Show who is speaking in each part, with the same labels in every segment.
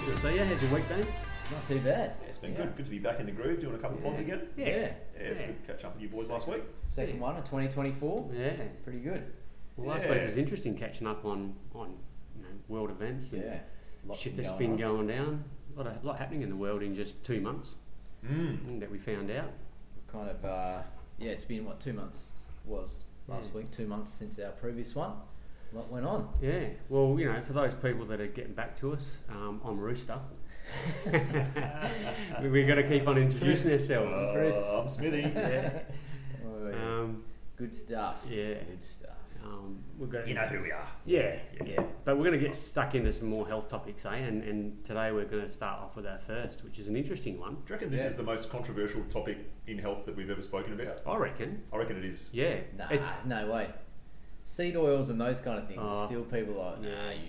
Speaker 1: good week, Dan.
Speaker 2: Not too bad.
Speaker 3: Yeah, it's been
Speaker 2: Yeah.
Speaker 3: good. Good to be back in the groove, doing a couple of pods
Speaker 1: Yeah.
Speaker 3: again.
Speaker 2: Yeah.
Speaker 3: Yeah, it's
Speaker 1: Yeah.
Speaker 3: good catching up with you boys last week.
Speaker 2: Second
Speaker 1: Yeah.
Speaker 2: one of 2024.
Speaker 1: Yeah.
Speaker 2: Pretty good.
Speaker 1: Well, last
Speaker 3: Yeah.
Speaker 1: week was interesting catching up on on you know, world events and
Speaker 3: Mm.
Speaker 2: Yeah. Lots
Speaker 1: shit
Speaker 2: been
Speaker 1: that's
Speaker 2: going
Speaker 1: been
Speaker 2: on.
Speaker 1: going down. A lot, of, lot happening in the world in just two months
Speaker 3: Mm.
Speaker 1: mm, that we found out.
Speaker 2: Kind of, uh, yeah, it's been, what, two months was last
Speaker 1: Yeah.
Speaker 2: week, two months since our previous one. What went on?
Speaker 1: Yeah. Well, you know, for those people that are getting back to us, um, I'm Rooster. we, we got to keep on introducing
Speaker 2: Chris. Oh.
Speaker 1: ourselves.
Speaker 2: Chris.
Speaker 3: Uh, I'm Smithy.
Speaker 1: Yeah.
Speaker 2: Oh, yeah.
Speaker 1: Um,
Speaker 2: good stuff.
Speaker 1: yeah.
Speaker 2: Good stuff.
Speaker 1: um, we're gonna,
Speaker 3: You know who we are.
Speaker 1: Yeah.
Speaker 2: Yeah.
Speaker 1: But we're going to get stuck into some more health topics, eh? And, and today we're going to start off with our first, which is an interesting one.
Speaker 3: Do you reckon this
Speaker 2: Yeah.
Speaker 3: is the most controversial topic in health that we've ever spoken about?
Speaker 1: I reckon.
Speaker 3: I reckon it is.
Speaker 1: Yeah.
Speaker 2: Nah,
Speaker 1: It-
Speaker 2: no way. Seed oils and those kind of things
Speaker 1: Oh.
Speaker 2: are still people are,
Speaker 1: Nah.
Speaker 2: nah, you.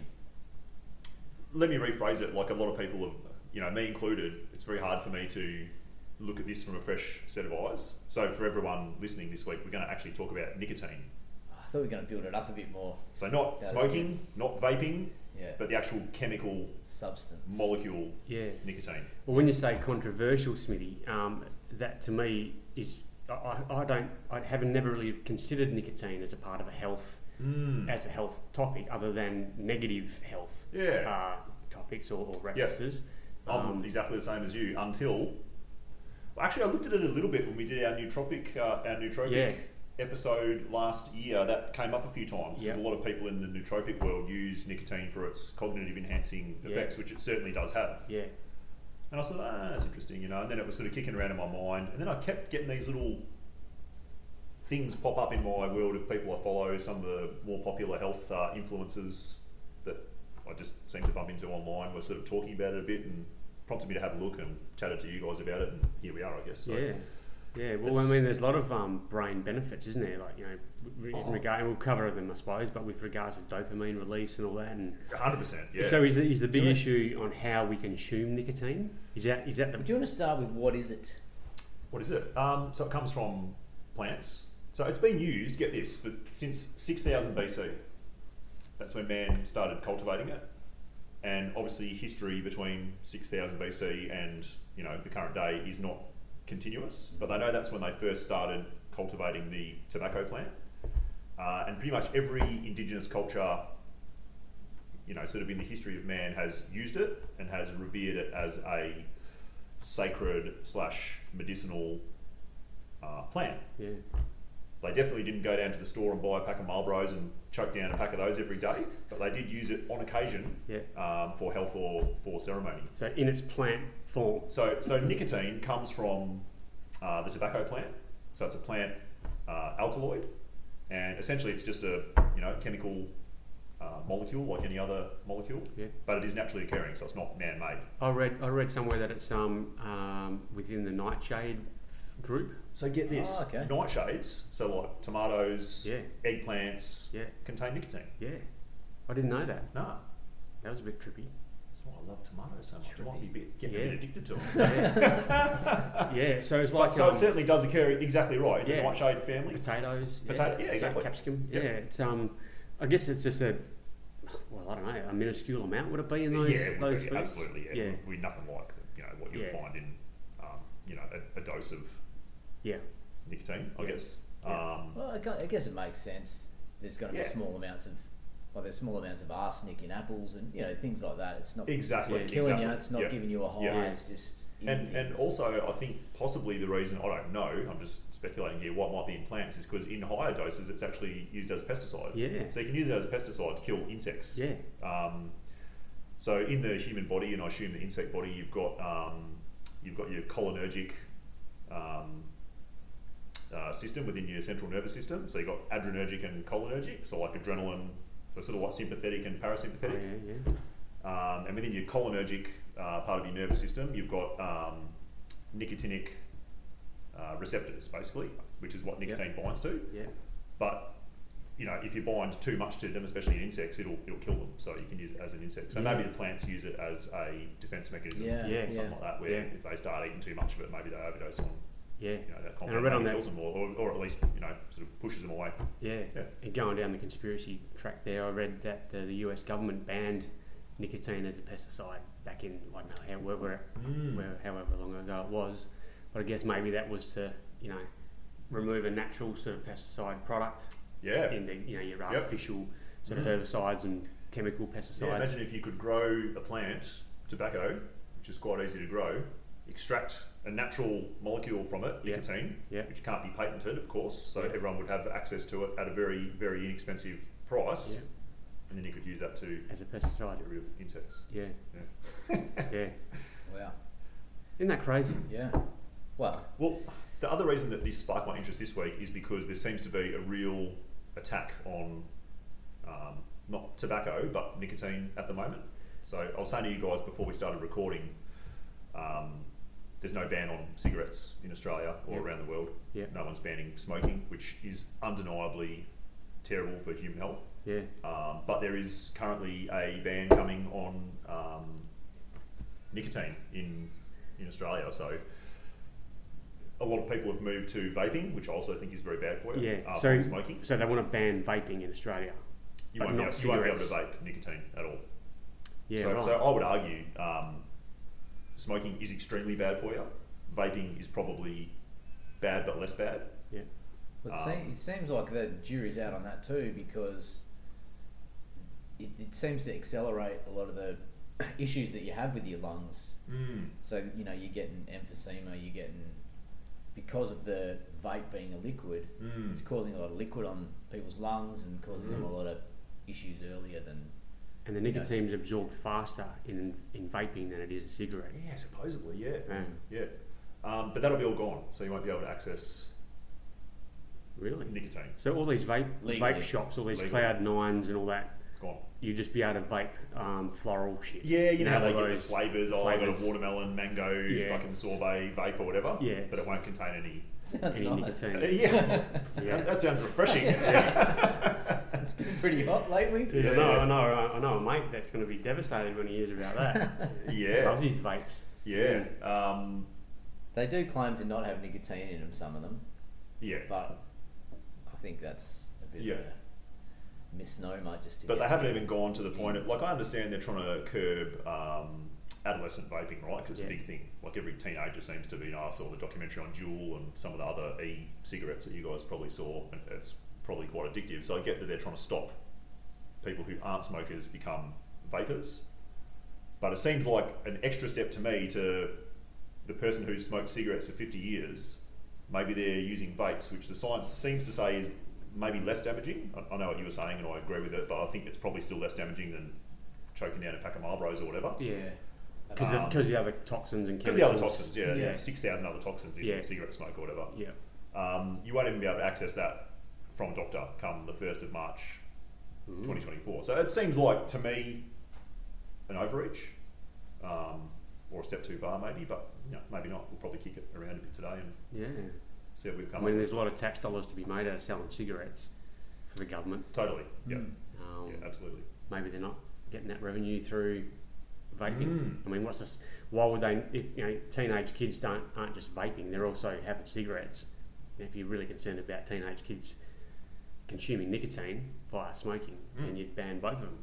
Speaker 3: Let me rephrase it. Like a lot of people have, you know, me included. It's very hard for me to look at this from a fresh set of eyes. So for everyone listening this week, we're going to actually talk about nicotine.
Speaker 2: "Oh, I thought we were going to build it up a bit more.
Speaker 3: So not
Speaker 2: That's
Speaker 3: smoking, not vaping,
Speaker 2: Yeah.
Speaker 3: but the actual chemical
Speaker 2: Substance.
Speaker 3: molecule
Speaker 1: yeah.
Speaker 3: nicotine.
Speaker 1: Well, when you say controversial, Smitty, um, that to me is I- I, I don't I haven't never really considered nicotine as a part of a health
Speaker 3: Mm.
Speaker 1: as a health topic other than negative health
Speaker 3: Yeah.
Speaker 1: uh, topics or, or references.
Speaker 3: Um, I'm
Speaker 1: Um,
Speaker 3: exactly the same as you until. Well, actually, I looked at it a little bit when we did our nootropic, uh, our nootropic
Speaker 1: Yeah.
Speaker 3: episode last year. That came up a few times because
Speaker 1: Yeah.
Speaker 3: a lot of people in the nootropic world use nicotine for its cognitive enhancing
Speaker 1: Yeah.
Speaker 3: effects, which it certainly does have.
Speaker 1: yeah,
Speaker 3: And I said, ah, that's interesting, you know. And then it was sort of kicking around in my mind, and then I kept getting these little things pop up in my world of people I follow, some of the more popular health uh, influencers that I just seem to bump into online. were sort of talking about it a bit and prompted me to have a look and chatted to you guys about it, and here we are, I guess. So,
Speaker 1: yeah, yeah. Well, I
Speaker 3: It's-
Speaker 1: mean, there's a lot of um, brain benefits, isn't there? Like you know, re- in
Speaker 3: Oh.
Speaker 1: regard and we'll cover them, I suppose, but with regards to dopamine release and all that, and
Speaker 3: 100%. Yeah.
Speaker 1: so is the, is the big
Speaker 3: Yeah.
Speaker 1: issue on how we consume nicotine? Is that is that the
Speaker 2: Do you want to start with what is it?
Speaker 3: what is it? Um, so it comes from plants. So it's been used, get this, for, since 6000 BC. That's when man started cultivating it. And obviously, history between 6000 BC and you know the current day is not continuous. But they know that's when they first started cultivating the tobacco plant. Uh, and pretty much every indigenous culture, you know, sort of in the history of man, has used it and has revered it as a sacred slash medicinal uh, plant.
Speaker 1: yeah
Speaker 3: They definitely didn't go down to the store and buy a pack of Marlboros and chuck down a pack of those every day, but they did use it on occasion
Speaker 1: yeah?
Speaker 3: um, for health or for ceremony.
Speaker 1: So in its plant form.
Speaker 3: So, so nicotine comes from uh, the tobacco plant. So it's a plant uh, alkaloid, and essentially it's just a you know chemical uh, molecule like any other molecule,
Speaker 1: Yeah.
Speaker 3: but it is naturally occurring, so it's not man-made.
Speaker 1: I read I read somewhere that it's um, um within the nightshade f- group.
Speaker 3: So get this:
Speaker 2: Oh, okay.
Speaker 3: nightshades, so like tomatoes,
Speaker 1: Yeah.
Speaker 3: eggplants,
Speaker 1: Yeah,
Speaker 3: contain nicotine.
Speaker 1: yeah. I didn't know that.
Speaker 3: No,
Speaker 1: That was a bit trippy.
Speaker 3: that's why I love tomatoes so much.
Speaker 2: Sure.
Speaker 3: I might be a bit, getting a
Speaker 1: Yeah.
Speaker 3: bit addicted to them.
Speaker 1: Yeah, so it's
Speaker 3: But
Speaker 1: like
Speaker 3: so
Speaker 1: um,
Speaker 3: it certainly does occur exactly right in
Speaker 1: Yeah.
Speaker 3: the nightshade family.
Speaker 1: potatoes. Yeah,
Speaker 3: Potato- yeah, exactly.
Speaker 1: Capsicum.
Speaker 3: Yep.
Speaker 1: Yeah, it's um, I guess it's just a well, I don't know, a minuscule amount would it be in those
Speaker 3: yeah, we-
Speaker 1: those
Speaker 3: yeah,
Speaker 1: foods?
Speaker 3: absolutely. Yeah,
Speaker 1: Yeah.
Speaker 3: We, we nothing like you know what you would
Speaker 1: Yeah.
Speaker 3: find in um, you know a, a dose of
Speaker 1: Yeah,
Speaker 3: nicotine. I
Speaker 1: Yeah.
Speaker 3: guess.
Speaker 1: Yeah.
Speaker 3: Um,
Speaker 2: Well, I gu- I guess it makes sense. There's going to
Speaker 3: Yeah.
Speaker 2: be small amounts of, well, there's small amounts of arsenic in apples and you know things like that. It's not
Speaker 3: exactly.
Speaker 1: Yeah.
Speaker 2: killing
Speaker 3: exactly.
Speaker 2: you. It's not
Speaker 3: yeah.
Speaker 2: giving you a high.
Speaker 3: Yeah.
Speaker 2: It's just in
Speaker 3: And, and
Speaker 2: things.
Speaker 3: also, I think possibly the reason I don't know, I'm just speculating here, what might be in plants is because in higher doses it's actually used as a pesticide.
Speaker 1: Yeah.
Speaker 3: So you can use it as a pesticide to kill insects.
Speaker 1: yeah,
Speaker 3: Um, so in the human body, and I assume the insect body, you've got um, you've got your cholinergic um, uh, system within your central nervous system. So you've got adrenergic and cholinergic. So like adrenaline, so sort of like sympathetic and
Speaker 1: oh,
Speaker 3: parasympathetic.
Speaker 1: yeah, Oh, yeah.
Speaker 3: Um, and within your cholinergic uh, part of your nervous system, you've got um, nicotinic uh, receptors, basically, which is what nicotine binds to.
Speaker 1: yeah.
Speaker 3: But you know, if you bind too much to them, especially in insects, it'll it'll kill them. So you can use it as an insect. So
Speaker 1: Yeah.
Speaker 3: maybe the plants use it as a defense mechanism,
Speaker 2: yeah,
Speaker 1: Yeah,
Speaker 2: yeah,
Speaker 3: or something like that. Where
Speaker 1: Yeah.
Speaker 3: if they start eating too much of it, maybe they overdose on
Speaker 1: Yeah,
Speaker 3: you know that
Speaker 1: I read
Speaker 3: compound,
Speaker 1: on
Speaker 3: maybe
Speaker 1: that-
Speaker 3: kills them, or, or, or at least you know sort of pushes them away.
Speaker 1: yeah,
Speaker 3: Yeah.
Speaker 1: And going down the conspiracy track there, I read that the, the U.S. government banned nicotine as a pesticide back in I don't know how where, where,
Speaker 3: Mm.
Speaker 1: where however long ago it was, but I guess maybe that was to you know remove a natural sort of pesticide product
Speaker 3: Yeah.
Speaker 1: in the you know your
Speaker 3: Yep.
Speaker 1: artificial sort of
Speaker 3: Mm.
Speaker 1: herbicides and chemical pesticides.
Speaker 3: Yeah, imagine if you could grow a plant, tobacco, which is quite easy to grow, extract a natural molecule from it,
Speaker 1: Yeah.
Speaker 3: nicotine,
Speaker 1: Yeah.
Speaker 3: which can't be patented, of course, so
Speaker 1: Yeah.
Speaker 3: everyone would have access to it at a very, very inexpensive price,
Speaker 1: Yeah,
Speaker 3: and then you could use that to
Speaker 1: as a pesticide.
Speaker 3: get rid of insects.
Speaker 1: Yeah, yeah.
Speaker 2: Wow.
Speaker 1: Isn't that crazy?
Speaker 2: Yeah. Well,
Speaker 3: Well, the other reason that this sparked my interest this week is because there seems to be a real attack on um, not tobacco but nicotine at the moment. So I was saying to you guys before we started recording, um, there's no ban on cigarettes in Australia or
Speaker 1: Yeah.
Speaker 3: around the world.
Speaker 1: Yeah.
Speaker 3: No one's banning smoking, which is undeniably terrible for human health.
Speaker 1: Yeah,
Speaker 3: Um, but there is currently a ban coming on um, nicotine in in Australia. So a lot of people have moved to vaping, which I also think is very bad for you.
Speaker 1: yeah.
Speaker 3: Uh,
Speaker 1: so
Speaker 3: from smoking,
Speaker 1: so they want to ban vaping in Australia.
Speaker 3: you
Speaker 1: but
Speaker 3: won't, be
Speaker 1: not
Speaker 3: able, you won't be able to
Speaker 1: cigarettes.
Speaker 3: vape nicotine at all.
Speaker 1: Yeah,
Speaker 3: so,
Speaker 1: right.
Speaker 3: so I would argue um, smoking is extremely bad for you. Vaping is probably bad but less bad.
Speaker 1: yeah,
Speaker 2: it,
Speaker 3: Um,
Speaker 2: seem, it seems like the jury's out on that too because it, it seems to accelerate a lot of the issues that you have with your lungs.
Speaker 3: Mm.
Speaker 2: So, you know, you're getting emphysema, you're getting, because of the vape being a liquid,
Speaker 3: Mm.
Speaker 2: it's causing a lot of liquid on people's lungs and causing
Speaker 3: Hmm.
Speaker 2: them a lot of issues earlier than
Speaker 1: and the nicotine's absorbed faster in in vaping than it is a cigarette.
Speaker 3: Yeah, supposedly, yeah,
Speaker 1: Yeah.
Speaker 3: yeah. Um, but that'll be all gone, so you won't be able to access
Speaker 1: Really?
Speaker 3: nicotine.
Speaker 1: So all these vape
Speaker 2: Legally.
Speaker 1: vape shops, all these
Speaker 3: Legally.
Speaker 1: Cloud Nines and all that,
Speaker 3: Gone.
Speaker 1: you would just be able to vape um, floral shit.
Speaker 3: Yeah, you know, how they
Speaker 1: all
Speaker 3: get the
Speaker 1: those-
Speaker 3: flavours. Oh, I got
Speaker 1: flavours.
Speaker 3: a watermelon, mango,
Speaker 1: Yeah.
Speaker 3: fucking sorbet, vape, or whatever.
Speaker 1: Yeah.
Speaker 3: But it won't contain any.
Speaker 2: Sounds
Speaker 1: any
Speaker 2: nice.
Speaker 1: nicotine.
Speaker 3: Uh, yeah.
Speaker 1: Yeah.
Speaker 3: That, that sounds refreshing.
Speaker 2: It's been pretty hot lately.
Speaker 1: Geez, I
Speaker 3: Yeah.
Speaker 1: know, I know, I know a mate that's going to be devastated when he hears about that.
Speaker 3: Yeah.
Speaker 1: Loves his vapes.
Speaker 3: Yeah. Um,
Speaker 2: They do claim to not have nicotine in them, some of them,
Speaker 3: yeah.
Speaker 2: but I think that's a bit
Speaker 3: Yeah.
Speaker 2: of a misnomer just to
Speaker 3: But
Speaker 2: get
Speaker 3: they haven't even gone to the point of, like, I understand they're trying to curb um, adolescent vaping, right? Because it's a
Speaker 1: Yeah.
Speaker 3: big thing. Like, every teenager seems to be. And I saw the documentary on Juul and some of the other e cigarettes that you guys probably saw, and it's probably quite addictive. So I get that they're trying to stop people who aren't smokers become vapors. But it seems like an extra step to me to the person who's smoked cigarettes for 50 years. Maybe they're using vapes, which the science seems to say is maybe less damaging. I, I know what you were saying and I agree with it, but I think it's probably still less damaging than choking down a pack of Marlboros or whatever.
Speaker 1: Yeah.
Speaker 2: Yeah.
Speaker 1: Because
Speaker 3: Um,
Speaker 1: of, the other toxins and
Speaker 3: Because
Speaker 1: chemicals.
Speaker 3: the other toxins, yeah,
Speaker 1: Yeah.
Speaker 3: 6,000 other toxins in
Speaker 1: Yeah. Mm.
Speaker 3: cigarette smoke or whatever.
Speaker 1: Yeah.
Speaker 3: Um, you won't even be able to access that from a doctor come the 1st of March
Speaker 1: Mm.
Speaker 3: 2024. So it seems like to me an overreach, um, or a step too far maybe, but you know, maybe not. We'll probably kick it around a bit today and
Speaker 1: Yeah.
Speaker 3: see what we've
Speaker 1: I
Speaker 3: come up
Speaker 1: mean,
Speaker 3: with.
Speaker 1: there's a lot of tax dollars to be made out of selling cigarettes for the government.
Speaker 3: Totally, yeah,
Speaker 2: Mm.
Speaker 1: Um,
Speaker 3: yeah, absolutely.
Speaker 1: Maybe they're not getting that revenue through vaping.
Speaker 3: Mm.
Speaker 1: I mean, what's this? Why would they? If you know, teenage kids don't aren't just vaping; they're also having cigarettes. And if you're really concerned about teenage kids consuming nicotine via smoking,
Speaker 3: Mm.
Speaker 1: then you'd ban both of them.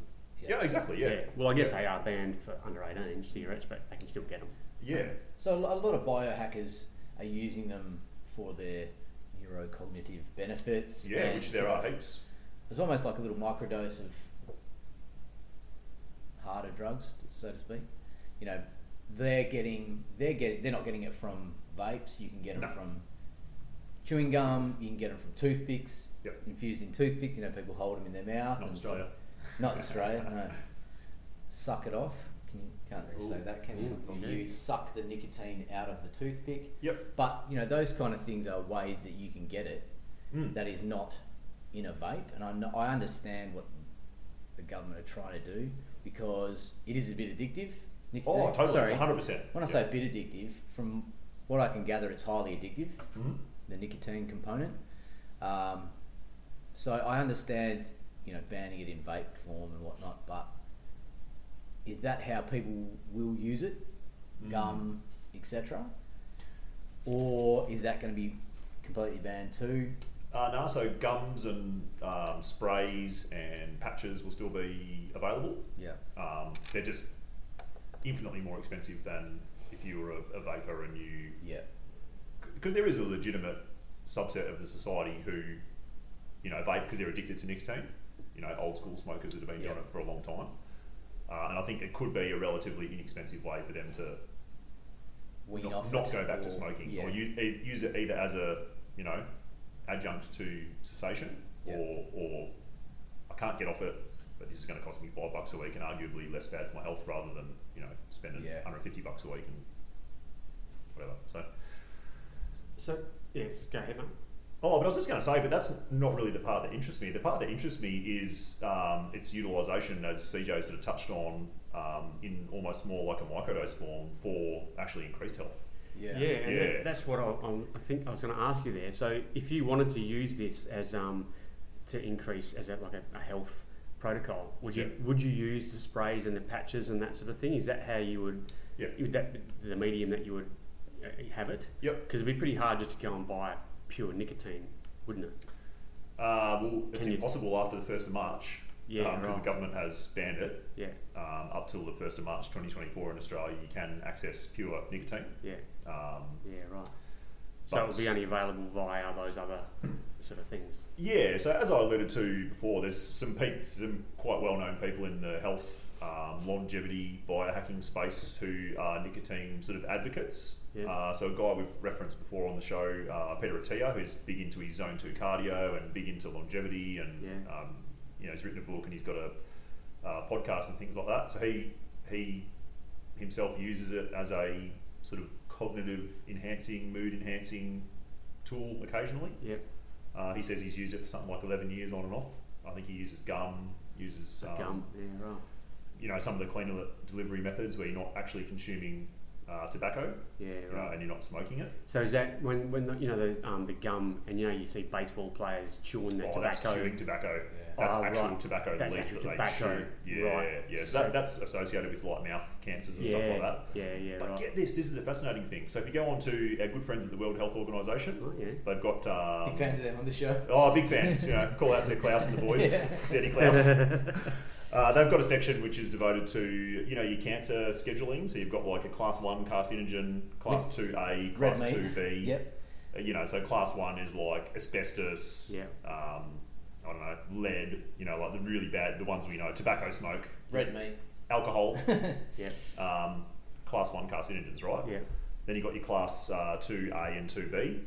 Speaker 3: Yeah, exactly, yeah,
Speaker 1: Well, I guess they are banned for under 18 cigarettes, but they can still get them.
Speaker 3: yeah.
Speaker 2: So a lo- a lot of biohackers are using them for their neurocognitive benefits.
Speaker 3: Yeah,
Speaker 2: and
Speaker 3: which there
Speaker 2: sort
Speaker 3: are
Speaker 2: of-
Speaker 3: heaps.
Speaker 2: It's almost like a little microdose of harder drugs, so to speak. You know, they're getting they're get they're not getting it from vapes. You can get them
Speaker 3: No.
Speaker 2: from chewing gum. You can get them from toothpicks.
Speaker 3: Yep.
Speaker 2: Infused in toothpicks, you know, people hold them in their mouth.
Speaker 3: Not in
Speaker 2: and
Speaker 3: Australia.
Speaker 2: Not in Australia. No. Suck it off. Can you can't really say
Speaker 1: Ooh.
Speaker 2: that, can
Speaker 1: Ooh,
Speaker 2: you?
Speaker 1: okay.
Speaker 2: You suck the nicotine out of the toothpick.
Speaker 3: Yep.
Speaker 2: But you know, those kind of things are ways that you can get it
Speaker 3: Mm.
Speaker 2: that is not in a vape, and I, kno- I understand what the government are trying to do because it is a bit addictive. Nicotine.
Speaker 3: Oh, totally,
Speaker 2: Sorry,
Speaker 3: 100%.
Speaker 2: when I say a bit addictive, from what I can gather, it's highly addictive,
Speaker 3: Mhm.
Speaker 2: the nicotine component. Um, so I understand, you know, banning it in vape form and whatnot, but is that how people will use it,
Speaker 3: Mm.
Speaker 2: gum, etc., or is that going to be completely banned too?
Speaker 3: Uh, no, so gums and um, sprays and patches will still be available.
Speaker 2: Yeah.
Speaker 3: Um, they're just infinitely more expensive than if you were a, a vapor and you
Speaker 2: Yeah.
Speaker 3: because there is a legitimate subset of the society who, you know, vape because they're addicted to nicotine. You know, old school smokers that have been
Speaker 2: Yeah.
Speaker 3: doing it for a long time, uh, and I think it could be a relatively inexpensive way for them to
Speaker 2: Wean
Speaker 3: not,
Speaker 2: off
Speaker 3: not
Speaker 2: it
Speaker 3: go back to
Speaker 2: or-
Speaker 3: smoking
Speaker 2: Yeah.
Speaker 3: or use, e- use it either as a you know adjunct to cessation
Speaker 2: Yeah.
Speaker 3: or or I can't get off it but this is going to cost me five bucks a week and arguably less bad for my health rather than you know spending
Speaker 2: Yeah.
Speaker 3: 150 bucks a week and whatever so
Speaker 1: So, yes, go ahead, mate.
Speaker 3: Oh, but I was just going to say, but that's not really the part that interests me. The part that interests me is um, its utilisation, as CJ sort of touched on, um, in almost more like a microdose form for actually increased health.
Speaker 2: Yeah.
Speaker 1: Yeah, and that-
Speaker 3: Yeah.
Speaker 1: that's what I, I'm- I think I was going to ask you there. So, if you wanted to use this as um, to increase as a, like a, a health protocol, would you would you use the sprays and the patches and that sort of thing? Is that how you would?
Speaker 3: Yeah.
Speaker 1: Would that be the medium that you would uh, have it?
Speaker 3: Yep.
Speaker 1: Because it'd be pretty hard just to go and buy pure nicotine, wouldn't it?
Speaker 3: Uh, well, it's
Speaker 1: Can you-
Speaker 3: impossible after the 1st of March
Speaker 1: Yeah,
Speaker 3: because
Speaker 1: right.
Speaker 3: the government has banned it
Speaker 1: Yeah,
Speaker 3: um, up till the 1st of March 2024 in Australia. You can access pure nicotine.
Speaker 1: yeah,
Speaker 3: Um,
Speaker 1: yeah, right. So it would be
Speaker 3: But-
Speaker 1: only available via those other sort of things.
Speaker 3: Yeah, so as I alluded to before, there's some pe- some quite well-known people in the health, um, longevity, biohacking space who are nicotine sort of advocates.
Speaker 1: Yeah.
Speaker 3: Uh, so a guy we've referenced before on the show, uh, Peter Attia, who's big into his zone two cardio and big into longevity, and
Speaker 1: Yeah.
Speaker 3: um, you know he's written a book and he's got a uh, podcast and things like that. So he he himself uses it as a sort of cognitive enhancing, mood enhancing tool occasionally.
Speaker 1: Yeah.
Speaker 3: Uh, he says he's used it for something like 11 years on and off. I think he uses gum, uses um,
Speaker 1: Gum. Yeah, right.
Speaker 3: you know, some of the cleaner delivery methods where you're not actually consuming uh, tobacco
Speaker 1: Yeah,
Speaker 3: you know,
Speaker 1: right.
Speaker 3: and you're not smoking it.
Speaker 1: So is that when when the, you know those um, the gum and you know you see baseball players chewing the
Speaker 3: oh,
Speaker 1: tobacco?
Speaker 3: that's chewing tobacco.
Speaker 2: Yeah.
Speaker 3: That's
Speaker 1: Oh,
Speaker 3: actual
Speaker 1: right.
Speaker 3: tobacco
Speaker 1: That's
Speaker 3: leaf
Speaker 1: actual
Speaker 3: that
Speaker 1: tobacco,
Speaker 3: they chew. Yeah,
Speaker 1: right.
Speaker 3: yeah. So,
Speaker 1: So-
Speaker 3: that, that's associated with like mouth cancers and
Speaker 1: yeah,
Speaker 3: stuff like that.
Speaker 1: yeah, yeah,
Speaker 3: But
Speaker 1: right.
Speaker 3: get this, this is the fascinating thing. So if you go on to our good friends at the World Health Organization,
Speaker 1: Oh, yeah.
Speaker 3: they've got um,
Speaker 2: Big fans of them on the show.
Speaker 3: Oh, big fans. You know, call out to Klaus and the boys,
Speaker 2: Yeah.
Speaker 3: Daddy Klaus. Uh, they've got a section which is devoted to you know your cancer scheduling. So you've got like a class one carcinogen, class two A,
Speaker 2: Red
Speaker 3: class
Speaker 2: meat.
Speaker 3: two B.
Speaker 2: Yep.
Speaker 3: Uh, You know, so class one is like asbestos.
Speaker 1: Yeah.
Speaker 3: Um, I don't know, lead. You know, like the really bad, the ones we know, tobacco smoke,
Speaker 2: Red meat.
Speaker 3: alcohol.
Speaker 1: yeah,
Speaker 3: um, class one carcinogens, right?
Speaker 1: yeah,
Speaker 3: Then you've got your class uh, 2A and 2B,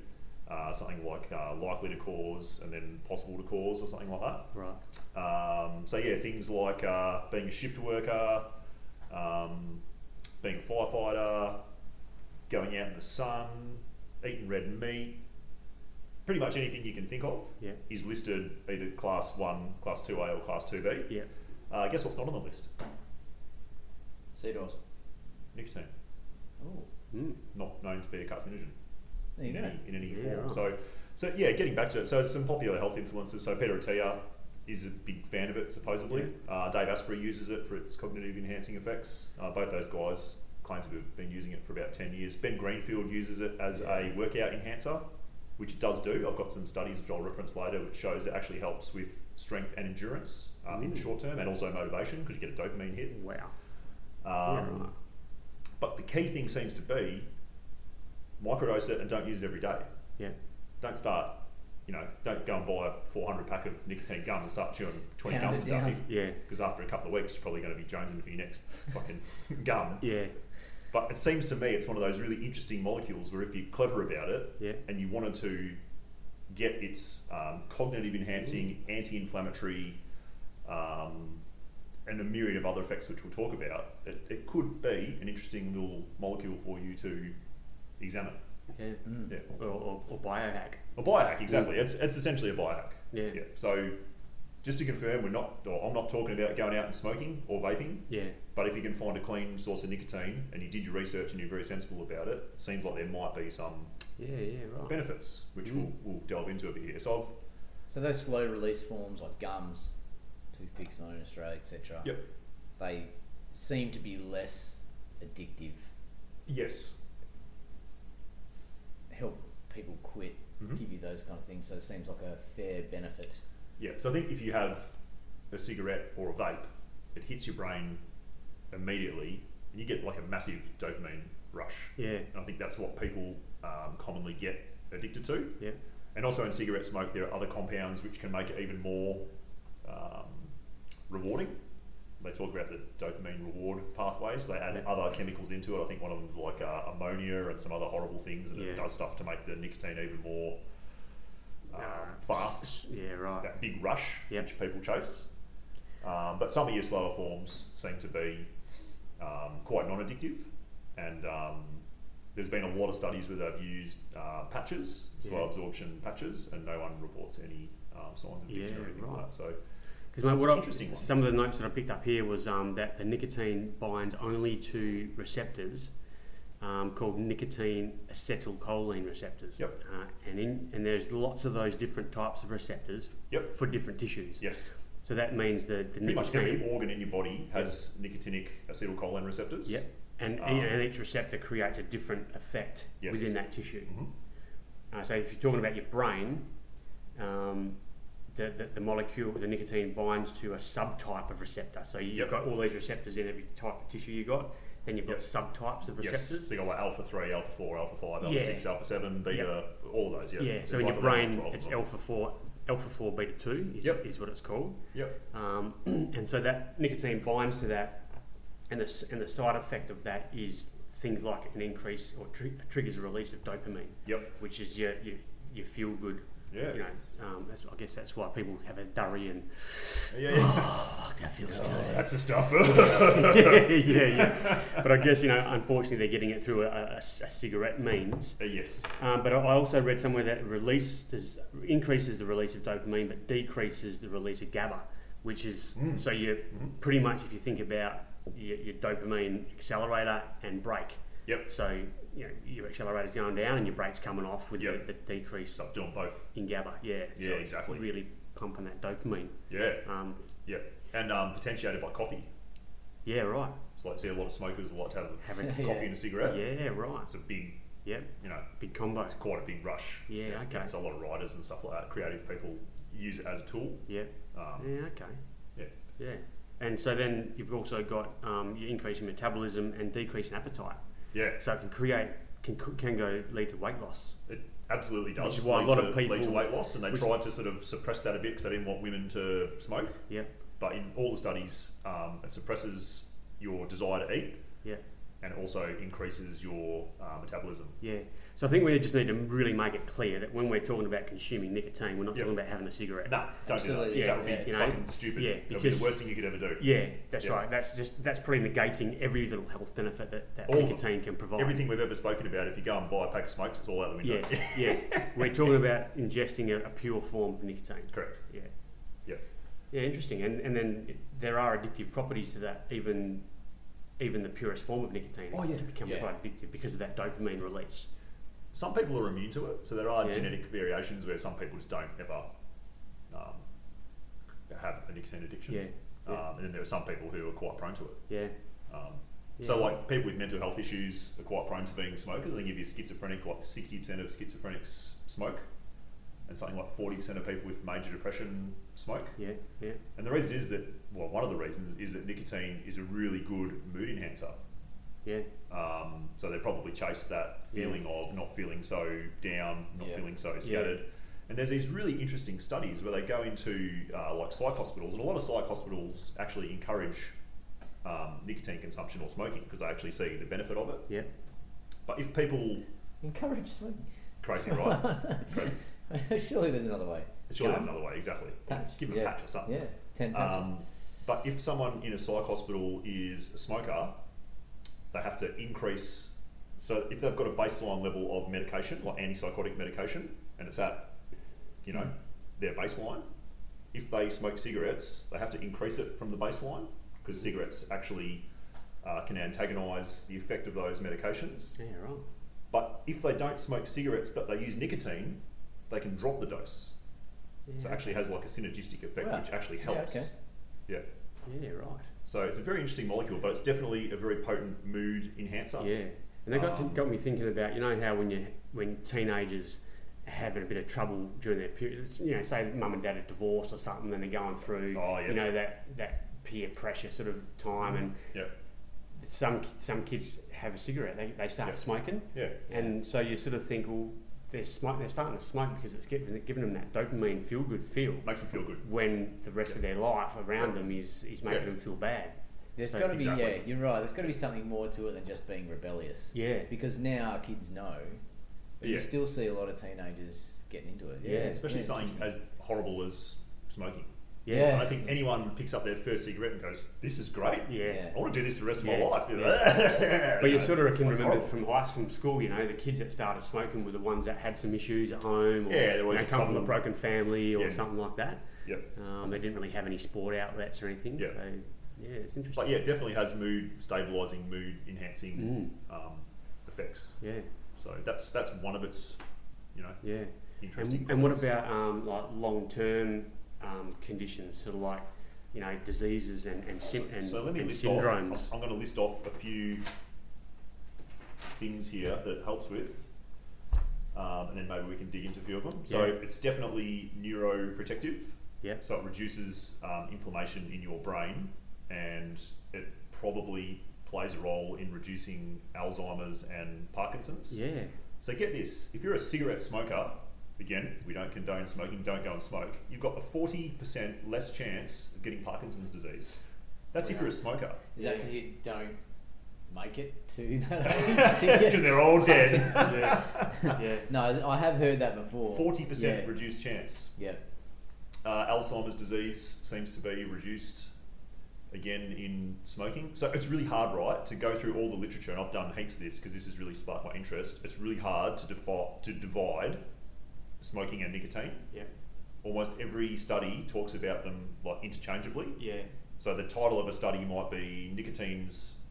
Speaker 3: uh, something like uh, likely to cause and then possible to cause or something like that.
Speaker 1: right.
Speaker 3: Um, so, yeah, things like uh, being a shift worker, um, being a firefighter, going out in the sun, eating red meat, pretty much anything you can think of
Speaker 1: Yeah,
Speaker 3: is listed either class 1, class 2A, or class 2B.
Speaker 1: yeah.
Speaker 3: Uh, guess what's not on the list?
Speaker 2: Sea doors.
Speaker 3: Nicotine.
Speaker 2: Oh,
Speaker 1: Mm.
Speaker 3: Not known to be a carcinogen.
Speaker 2: there
Speaker 3: in
Speaker 2: you go.
Speaker 3: any, in any
Speaker 1: Yeah,
Speaker 3: form.
Speaker 1: right.
Speaker 3: So, so yeah, getting back to it. So it's some popular health influences. So Peter Attia is a big fan of it, supposedly. Uh, Dave Asprey uses it for its cognitive enhancing effects. Uh, both those guys claim to have been using it for about ten years. Ben Greenfield uses it as a workout enhancer, which it does do. I've got some studies which I'll reference later, which shows it actually helps with strength and endurance um, in the
Speaker 1: Ooh.
Speaker 3: short term, and also motivation because you get a dopamine hit.
Speaker 1: Wow.
Speaker 3: Um,
Speaker 1: yeah, right.
Speaker 3: But the key thing seems to be microdose it and don't use it every day
Speaker 1: Yeah,
Speaker 3: don't start, you know, don't go and buy a 400 pack of nicotine gum and start chewing 20
Speaker 2: Pound
Speaker 3: gums a
Speaker 2: it
Speaker 3: day.
Speaker 2: down.
Speaker 1: yeah,
Speaker 3: Because after a couple of weeks, you're probably going to be jonesing for your next fucking gum.
Speaker 1: yeah,
Speaker 3: But it seems to me it's one of those really interesting molecules where if you're clever about it
Speaker 1: yeah,
Speaker 3: and you wanted to get its um, cognitive enhancing, anti inflammatory, um, and a myriad of other effects which we'll talk about, it, it could be an interesting little molecule for you to examine.
Speaker 1: yeah.
Speaker 2: Mm.
Speaker 3: Yeah.
Speaker 1: Or, or, or biohack.
Speaker 3: A biohack, exactly. It's, it's essentially a biohack.
Speaker 1: Yeah,
Speaker 3: Yeah. So, just to confirm, we're not, or I'm not talking about going out and smoking or vaping.
Speaker 1: yeah,
Speaker 3: But if you can find a clean source of nicotine and you did your research and you're very sensible about it, it seems like there might be some
Speaker 1: yeah, yeah, right.
Speaker 3: benefits, which we'll, we'll delve into a bit here. So,
Speaker 2: So those slow release forms like gums, toothpicks not in Australia, etc.
Speaker 3: Yep.
Speaker 2: They seem to be less addictive.
Speaker 3: I've, yes,
Speaker 2: Help people quit.
Speaker 3: Mhm.
Speaker 2: Give you those kind of things. So it seems like a fair benefit.
Speaker 3: yeah. So I think if you have a cigarette or a vape, it hits your brain immediately. and you get like a massive dopamine rush.
Speaker 1: Yeah.
Speaker 3: And I think that's what people um, commonly get addicted to.
Speaker 1: Yeah.
Speaker 3: And also in cigarette smoke, there are other compounds which can make it even more um, rewarding. They talk about the dopamine reward pathways. They add
Speaker 1: Yeah.
Speaker 3: other chemicals into it. I think one of them is like uh, ammonia and some other horrible things, and
Speaker 1: Yeah.
Speaker 3: it does stuff to make the nicotine even more um,
Speaker 1: Nah.
Speaker 3: fast
Speaker 1: Yeah, right.
Speaker 3: that big rush
Speaker 1: Yep.
Speaker 3: which people chase. Um, but some of your slower forms seem to be um, quite non addictive. And um, there's been a lot of studies where they've used uh, patches, slow
Speaker 1: Yeah.
Speaker 3: absorption patches, and no one reports any um, signs of addiction
Speaker 1: Yeah,
Speaker 3: or anything
Speaker 1: right.
Speaker 3: like that. So,
Speaker 1: Because
Speaker 3: It's
Speaker 1: what
Speaker 3: an
Speaker 1: I,
Speaker 3: interesting one.
Speaker 1: some of the notes that I picked up here was um, that the nicotine binds only to receptors um, called nicotine acetylcholine receptors.
Speaker 3: Yep.
Speaker 1: Uh, and in, and there's lots of those different types of receptors
Speaker 3: Yep.
Speaker 1: for different tissues.
Speaker 3: yes,
Speaker 1: So that means the, the
Speaker 3: pretty much every
Speaker 1: nicotine
Speaker 3: organ in your body has nicotinic acetylcholine receptors.
Speaker 1: Yep. and, E,
Speaker 3: um,
Speaker 1: and each receptor creates a different effect
Speaker 3: Yes.
Speaker 1: within that tissue.
Speaker 3: Mhm.
Speaker 1: Uh, so if you're talking about your brain, um, the, the, the molecule, the nicotine binds to a subtype of receptor. So you've
Speaker 3: Yep.
Speaker 1: got all these receptors in every type of tissue you got. Then you've got
Speaker 3: Yep.
Speaker 1: subtypes of
Speaker 3: Yes,
Speaker 1: receptors.
Speaker 3: so you got like alpha three, alpha four, alpha five, alpha
Speaker 1: Yeah.
Speaker 3: six, alpha seven, beta, all of those. Yeah.
Speaker 1: Yeah.
Speaker 3: There's
Speaker 1: So in
Speaker 3: like eleven
Speaker 1: your
Speaker 3: or
Speaker 1: brain,
Speaker 3: 12 of
Speaker 1: it's
Speaker 3: them.
Speaker 1: alpha four, alpha four beta two is,
Speaker 3: Yep.
Speaker 1: is what it's called.
Speaker 3: Yep.
Speaker 1: Um, and so that nicotine binds to that, and the, s- and the side effect of that is things like an increase or tri- triggers a release of dopamine,
Speaker 3: Yep.
Speaker 1: which is your your, your feel good.
Speaker 3: Yeah.
Speaker 1: You know, um, that's, I guess that's why people have a durry and
Speaker 3: Yeah. yeah.
Speaker 1: oh, that feels
Speaker 3: That's the stuff.
Speaker 1: good. yeah, yeah. But I guess you know, unfortunately, they're getting it through a, a- a cigarette means.
Speaker 3: Uh, yes.
Speaker 1: Um, but I I also read somewhere that release does, increases the release of dopamine, but decreases the release of GABA, which is
Speaker 3: Mm.
Speaker 1: so you
Speaker 3: Mhm.
Speaker 1: pretty much if you think about your, your dopamine accelerator and brake.
Speaker 3: Yep.
Speaker 1: So you know your accelerator's going down and your brake's coming off with
Speaker 3: Yep.
Speaker 1: the, the decrease
Speaker 3: Stuff doing both.
Speaker 1: in GABA. Yeah. So
Speaker 3: Yeah,
Speaker 1: it's
Speaker 3: exactly.
Speaker 1: Really pumping that dopamine.
Speaker 3: Yeah.
Speaker 1: Um,
Speaker 3: Yeah. And um, potentiated by coffee.
Speaker 1: yeah. Right.
Speaker 3: So like, see a lot of smokers like to have a
Speaker 1: Having.
Speaker 2: Yeah.
Speaker 3: coffee and a cigarette.
Speaker 1: Yeah. Right.
Speaker 3: It's a big,
Speaker 1: Yep.
Speaker 3: you know,
Speaker 1: Big combo.
Speaker 3: it's quite a big rush.
Speaker 1: Yeah. Okay.
Speaker 3: So a lot of writers and stuff like that, creative people use it as a tool.
Speaker 1: Yep.
Speaker 3: Um,
Speaker 1: Yeah, okay.
Speaker 3: Yeah.
Speaker 1: Yeah. And so then you've also got um, your increase in metabolism and decrease in appetite.
Speaker 3: yeah.
Speaker 1: So it can create, can, can go lead to weight loss.
Speaker 3: It absolutely does.
Speaker 1: Which is why a
Speaker 3: lead
Speaker 1: lot
Speaker 3: to,
Speaker 1: of
Speaker 3: lead to
Speaker 1: people-
Speaker 3: weight loss, and they
Speaker 1: which-
Speaker 3: tried to sort of suppress that a bit because they didn't want women to smoke.
Speaker 1: Yep.
Speaker 3: But in all the studies, um, it suppresses your desire to eat.
Speaker 1: Yeah.
Speaker 3: And also increases your uh, metabolism.
Speaker 1: Yeah. So I think we just need to really make it clear that when we're talking about consuming nicotine, we're not
Speaker 3: Yep.
Speaker 1: talking about having a cigarette.
Speaker 3: No, don't do
Speaker 2: Absolutely,
Speaker 3: that.
Speaker 1: yeah,
Speaker 3: that would be
Speaker 2: yeah,
Speaker 1: you know,
Speaker 3: fucking stupid.
Speaker 1: yeah,
Speaker 3: that would be
Speaker 1: because-
Speaker 3: the worst thing you could ever do.
Speaker 1: Yeah, that's
Speaker 3: Yeah.
Speaker 1: right. That's just that's probably negating every little health benefit that, that
Speaker 3: All of them.
Speaker 1: nicotine can provide.
Speaker 3: Everything we've ever spoken about, if you go and buy a pack of smokes, it's all out the window.
Speaker 1: Yeah, yeah. We're talking about ingesting a, a pure form of nicotine.
Speaker 3: Correct.
Speaker 1: Yeah.
Speaker 3: Yeah.
Speaker 1: Yeah, interesting. And and then it, there are addictive properties to that. Even even the purest form of nicotine
Speaker 3: Oh, yeah.
Speaker 1: can become
Speaker 2: Yeah.
Speaker 1: quite addictive because of that dopamine release.
Speaker 3: Some people are immune to it, so there are
Speaker 1: Yeah.
Speaker 3: genetic variations where some people just don't ever um, have a nicotine addiction.
Speaker 1: Yeah. Yeah.
Speaker 3: Um, and then there are some people who are quite prone to it.
Speaker 1: Yeah.
Speaker 3: Um,
Speaker 1: yeah.
Speaker 3: So, like people with mental health issues are quite prone to being smokers. I think if you're schizophrenic, like 60% of schizophrenics smoke, and something like 40% of people with major depression smoke.
Speaker 1: Yeah. Yeah.
Speaker 3: And the reason is that, well, one of the reasons is that nicotine is a really good mood enhancer.
Speaker 1: Yeah.
Speaker 3: Um, so they probably chase that feeling of not feeling so down, not
Speaker 2: Yeah.
Speaker 3: feeling so scattered. And there's these really interesting studies where they go into uh, like psych hospitals, and a lot of psych hospitals actually encourage um, nicotine consumption or smoking because they actually see the benefit of it.
Speaker 1: Yeah.
Speaker 3: But if people
Speaker 2: Encourage smoking.
Speaker 3: crazy, right? Crazy.
Speaker 2: Surely there's another way.
Speaker 3: Surely there's
Speaker 2: Gum?
Speaker 3: another way, exactly.
Speaker 2: Patch.
Speaker 3: Give them
Speaker 2: yeah.
Speaker 3: a patch or something.
Speaker 2: Yeah, ten patches.
Speaker 3: Uh, Um, but if someone in a psych hospital is a smoker, they have to increase. So if they've got a baseline level of medication, like antipsychotic medication, and it's at, you
Speaker 2: Mm.
Speaker 3: know, their baseline, if they smoke cigarettes, they have to increase it from the baseline because cigarettes actually uh, can antagonise the effect of those medications.
Speaker 1: Yeah. Right.
Speaker 3: But if they don't smoke cigarettes but they use nicotine, they can drop the dose.
Speaker 1: Yeah.
Speaker 3: So it actually has like a synergistic effect,
Speaker 2: Mm. Wow.
Speaker 3: which actually
Speaker 2: Yeah,
Speaker 3: helps.
Speaker 2: okay.
Speaker 3: yeah.
Speaker 1: Yeah. Right.
Speaker 3: So it's a very interesting molecule, but it's definitely a very potent mood enhancer.
Speaker 1: Yeah, and that got,
Speaker 3: Oh. Um,
Speaker 1: got me thinking about you know how when you when teenagers are having a bit of trouble during their period, it's, you know, say mum and dad are divorced or something, and they're going through
Speaker 3: Oh, yeah.
Speaker 1: you know that that peer pressure sort of time, and
Speaker 3: Yeah.
Speaker 1: th- some some kids have a cigarette, they, they start
Speaker 3: Yeah.
Speaker 1: smoking,
Speaker 3: Yeah.
Speaker 1: and so you sort of think, well, they're smoke, they're starting to smoke because it's giving, giving them that dopamine feel good feel.
Speaker 3: Makes them feel good.
Speaker 1: When the rest of their life around them is is making
Speaker 3: Yeah.
Speaker 1: them feel bad.
Speaker 2: There's
Speaker 1: So-
Speaker 2: got to be,
Speaker 3: Exactly.
Speaker 2: yeah, you're right. There's got to be something more to it than just being rebellious.
Speaker 1: Yeah.
Speaker 2: Because now our kids know, but
Speaker 3: Yeah.
Speaker 2: you still see a lot of teenagers getting into it.
Speaker 1: Yeah,
Speaker 3: Especially
Speaker 2: it's
Speaker 3: something
Speaker 2: interesting.
Speaker 3: as horrible as smoking.
Speaker 2: Yeah.
Speaker 3: I think anyone picks up their first cigarette and goes, "This is great.
Speaker 1: Yeah.
Speaker 2: Yeah.
Speaker 3: I want to do this the rest of
Speaker 1: Yeah.
Speaker 3: my life." You know?
Speaker 1: But you sort of can
Speaker 3: Like,
Speaker 1: remember
Speaker 3: horrible.
Speaker 1: from high from school, you know, the kids that started smoking were the ones that had some issues at home, or
Speaker 3: Yeah, there
Speaker 1: you
Speaker 3: was a
Speaker 1: know, come from a
Speaker 3: couple.
Speaker 1: broken family or
Speaker 3: Yeah.
Speaker 1: something like that.
Speaker 3: Yep.
Speaker 1: Um, they didn't really have any sport outlets or anything.
Speaker 3: Yeah.
Speaker 1: So yeah, it's interesting.
Speaker 3: But yeah, it definitely has mood stabilizing, mood enhancing
Speaker 1: Mm,
Speaker 3: um, effects.
Speaker 1: yeah,
Speaker 3: So that's that's one of its, you know,
Speaker 1: yeah.
Speaker 3: interesting.
Speaker 1: And, and what
Speaker 3: properties.
Speaker 1: about um, like long term um, conditions, sort of like you know diseases and and, sim- and,
Speaker 3: so let me
Speaker 1: and
Speaker 3: list
Speaker 1: syndromes?
Speaker 3: off. I'm going to list off a few things here that it helps with, um, and then maybe we can dig into a few of them. So
Speaker 1: Yeah.
Speaker 3: it's definitely neuroprotective.
Speaker 1: Yeah.
Speaker 3: So it reduces um, inflammation in your brain, and it probably plays a role in reducing Alzheimer's and Parkinson's.
Speaker 1: Yeah.
Speaker 3: So get this: if you're a cigarette smoker, again, we don't condone smoking. Don't go and smoke. You've got a forty percent less chance of getting Parkinson's disease. That's if you're a smoker.
Speaker 2: Is that
Speaker 1: Yeah.
Speaker 2: because you don't make it to that age?
Speaker 3: That's
Speaker 2: to get-
Speaker 3: because they're all dead.
Speaker 1: yeah. Yeah.
Speaker 2: No, I have heard that before.
Speaker 3: Forty percent
Speaker 2: Yeah.
Speaker 3: reduced chance.
Speaker 2: yeah.
Speaker 3: Uh, Alzheimer's disease seems to be reduced again in smoking. So it's really hard, right, to go through all the literature, and I've done heaps of this because this has really sparked my interest. It's really hard to defi- to divide smoking and nicotine.
Speaker 1: Yeah.
Speaker 3: almost every study talks about them like interchangeably.
Speaker 1: Yeah.
Speaker 3: So the title of a study might be nicotine's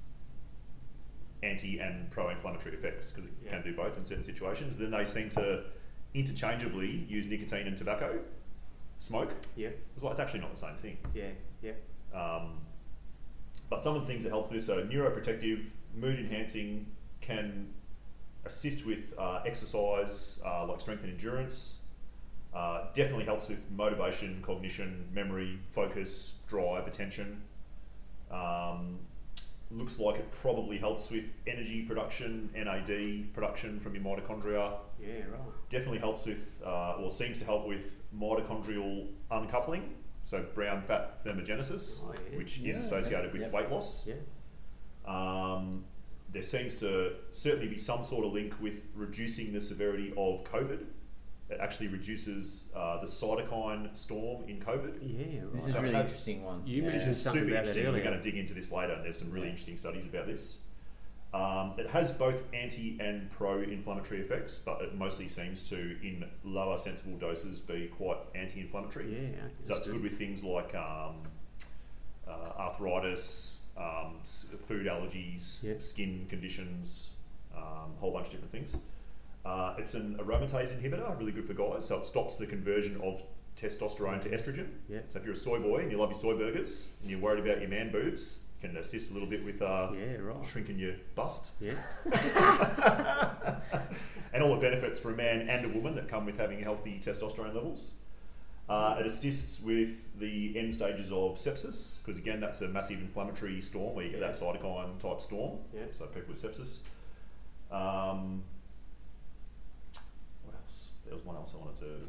Speaker 3: anti and pro-inflammatory effects because it
Speaker 1: Yeah.
Speaker 3: can do both in certain situations. Then they seem to interchangeably use nicotine and tobacco smoke.
Speaker 1: Yeah.
Speaker 3: It's like it's actually not the same thing.
Speaker 1: Yeah. Yeah.
Speaker 3: Um, but some of the things that helps do so neuroprotective, mood enhancing, can assist with uh, exercise uh, like strength and endurance. Uh, definitely helps with motivation, cognition, memory, focus, drive, attention. Um, looks like it probably helps with energy production, NAD production from your mitochondria.
Speaker 1: Yeah. Right.
Speaker 3: Definitely helps with, uh, or seems to help with mitochondrial uncoupling, so brown fat thermogenesis,
Speaker 1: Oh, yeah.
Speaker 3: which
Speaker 2: Yeah,
Speaker 3: is associated with
Speaker 2: yep.
Speaker 3: weight loss.
Speaker 1: Yeah.
Speaker 3: Um, there seems to certainly be some sort of link with reducing the severity of COVID. It actually reduces uh, the cytokine storm in COVID.
Speaker 1: Yeah. Right.
Speaker 2: This is a
Speaker 3: So
Speaker 2: really
Speaker 3: that's-
Speaker 2: interesting one.
Speaker 1: you
Speaker 2: yeah.
Speaker 3: This
Speaker 1: mentioned-
Speaker 3: is
Speaker 1: something
Speaker 3: super
Speaker 1: about that
Speaker 3: interesting. We're
Speaker 1: earlier.
Speaker 3: going to dig into this later, and there's some really
Speaker 2: Yeah.
Speaker 3: interesting studies about this. Um, it has both anti and pro inflammatory effects, but it mostly seems to, in lower sensible doses, be quite anti inflammatory.
Speaker 1: yeah. okay,
Speaker 3: So that's good with things like um, uh, arthritis, um, s- food allergies,
Speaker 1: Yep.
Speaker 3: skin conditions, um, a whole bunch of different things. Uh, it's an aromatase inhibitor, really good for guys. So it stops the conversion of testosterone to estrogen.
Speaker 1: Yep.
Speaker 3: So if you're a soy boy and you love your soy burgers and you're worried about your man boobs, it can assist a little bit with uh,
Speaker 1: Yeah. Right.
Speaker 3: shrinking your bust
Speaker 1: Yeah.
Speaker 3: and all the benefits for a man and a woman that come with having healthy testosterone levels. Uh, it assists with the end stages of sepsis, because again, that's a massive inflammatory storm where you get that cytokine type storm.
Speaker 1: Yeah.
Speaker 3: So people with sepsis. Um, what else? There was one else I wanted to.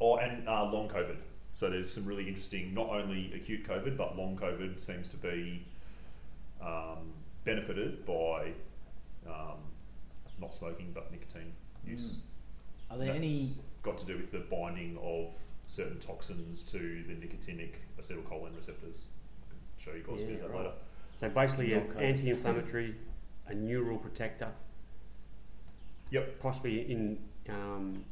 Speaker 3: Oh, and uh, long COVID. So there's some really interesting, not only acute COVID, but long COVID seems to be um, benefited by um, not smoking but nicotine
Speaker 1: Mm.
Speaker 3: use.
Speaker 2: Are there
Speaker 3: That's
Speaker 2: any
Speaker 3: got to do with the binding of certain toxins to the nicotinic acetylcholine receptors? I can show you guys a bit
Speaker 1: Yeah,
Speaker 3: of that
Speaker 1: right.
Speaker 3: later.
Speaker 1: So basically, an
Speaker 2: Okay.
Speaker 1: anti-inflammatory, a neural protector.
Speaker 3: Yep.
Speaker 1: Possibly in um,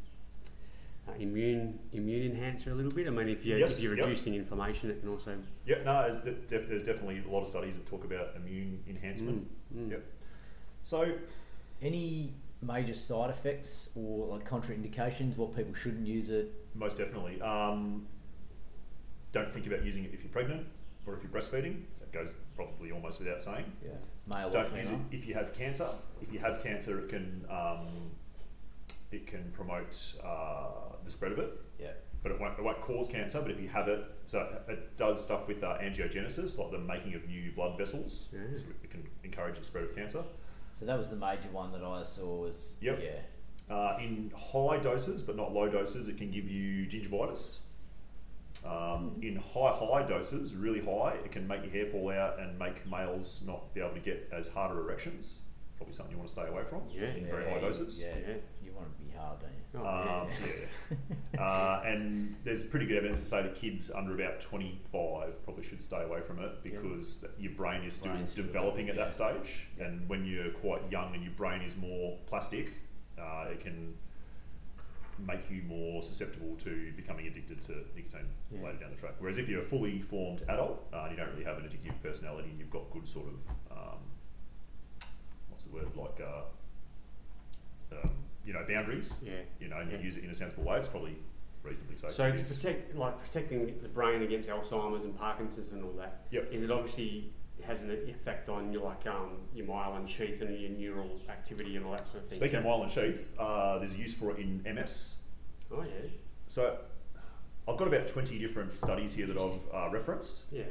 Speaker 1: uh, immune immune enhancer a little bit. I mean, if you're
Speaker 3: Yes,
Speaker 1: if you're
Speaker 3: yep.
Speaker 1: reducing inflammation, it can also
Speaker 3: Yeah, no, there's, de- def- there's definitely a lot of studies that talk about immune enhancement.
Speaker 1: Mm, mm.
Speaker 3: Mm-hmm. Yep. So
Speaker 2: any major side effects or like contraindications? What people shouldn't use it?
Speaker 3: most definitely, um, don't think about using it if you're pregnant or if you're breastfeeding. That goes probably almost without saying.
Speaker 2: Yeah. Male or
Speaker 3: don't use it
Speaker 2: female?
Speaker 3: if you have cancer. If you have cancer, it can um, it can promote uh, the spread of it.
Speaker 2: Yeah.
Speaker 3: but it won't, it won't cause cancer. But if you have it, so it, it does stuff with uh, angiogenesis, like the making of new blood vessels.
Speaker 1: Yeah.
Speaker 3: So it can encourage the spread of cancer.
Speaker 2: So that was the major one that I saw was
Speaker 3: Yep.
Speaker 2: yeah.
Speaker 3: Uh, in high doses, but not low doses, it can give you gingivitis. Um, in high, high doses, really high, it can make your hair fall out and make males not be able to get as harder erections. Probably something you want to stay away from.
Speaker 1: Yeah.
Speaker 3: In very
Speaker 2: Yeah,
Speaker 3: high doses.
Speaker 2: Yeah.
Speaker 1: Yeah.
Speaker 2: You want to be hard, don't you?
Speaker 1: Oh, yeah.
Speaker 3: Um, yeah. uh, and there's pretty good evidence to say that kids under about 25 probably should stay away from it because th- your brain is still
Speaker 2: Brain's still
Speaker 3: developing at that
Speaker 2: developing,
Speaker 3: stage. And when you're quite young and your brain is more plastic, uh, it can make you more susceptible to becoming addicted to nicotine
Speaker 1: Yeah.
Speaker 3: later down the track. Whereas if you're a fully formed adult uh, and you don't really have an addictive personality and you've got good sort of, um, what's the word, like, uh, um, you know, boundaries
Speaker 1: yeah.
Speaker 3: you know, and
Speaker 1: Yeah.
Speaker 3: you use it in a sensible way, it's probably reasonably safe.
Speaker 1: So
Speaker 3: to
Speaker 1: to
Speaker 3: use.
Speaker 1: protect, like protecting the brain against Alzheimer's and Parkinson's and all that, is
Speaker 3: Yep.
Speaker 1: it obviously has an effect on your like um your myelin sheath and your neural activity and all that sort of thing.
Speaker 3: Speaking of myelin sheath, uh, there's a use for it in MS.
Speaker 1: oh yeah,
Speaker 3: So I've got about 20 different studies here that I've uh, referenced.
Speaker 1: yeah,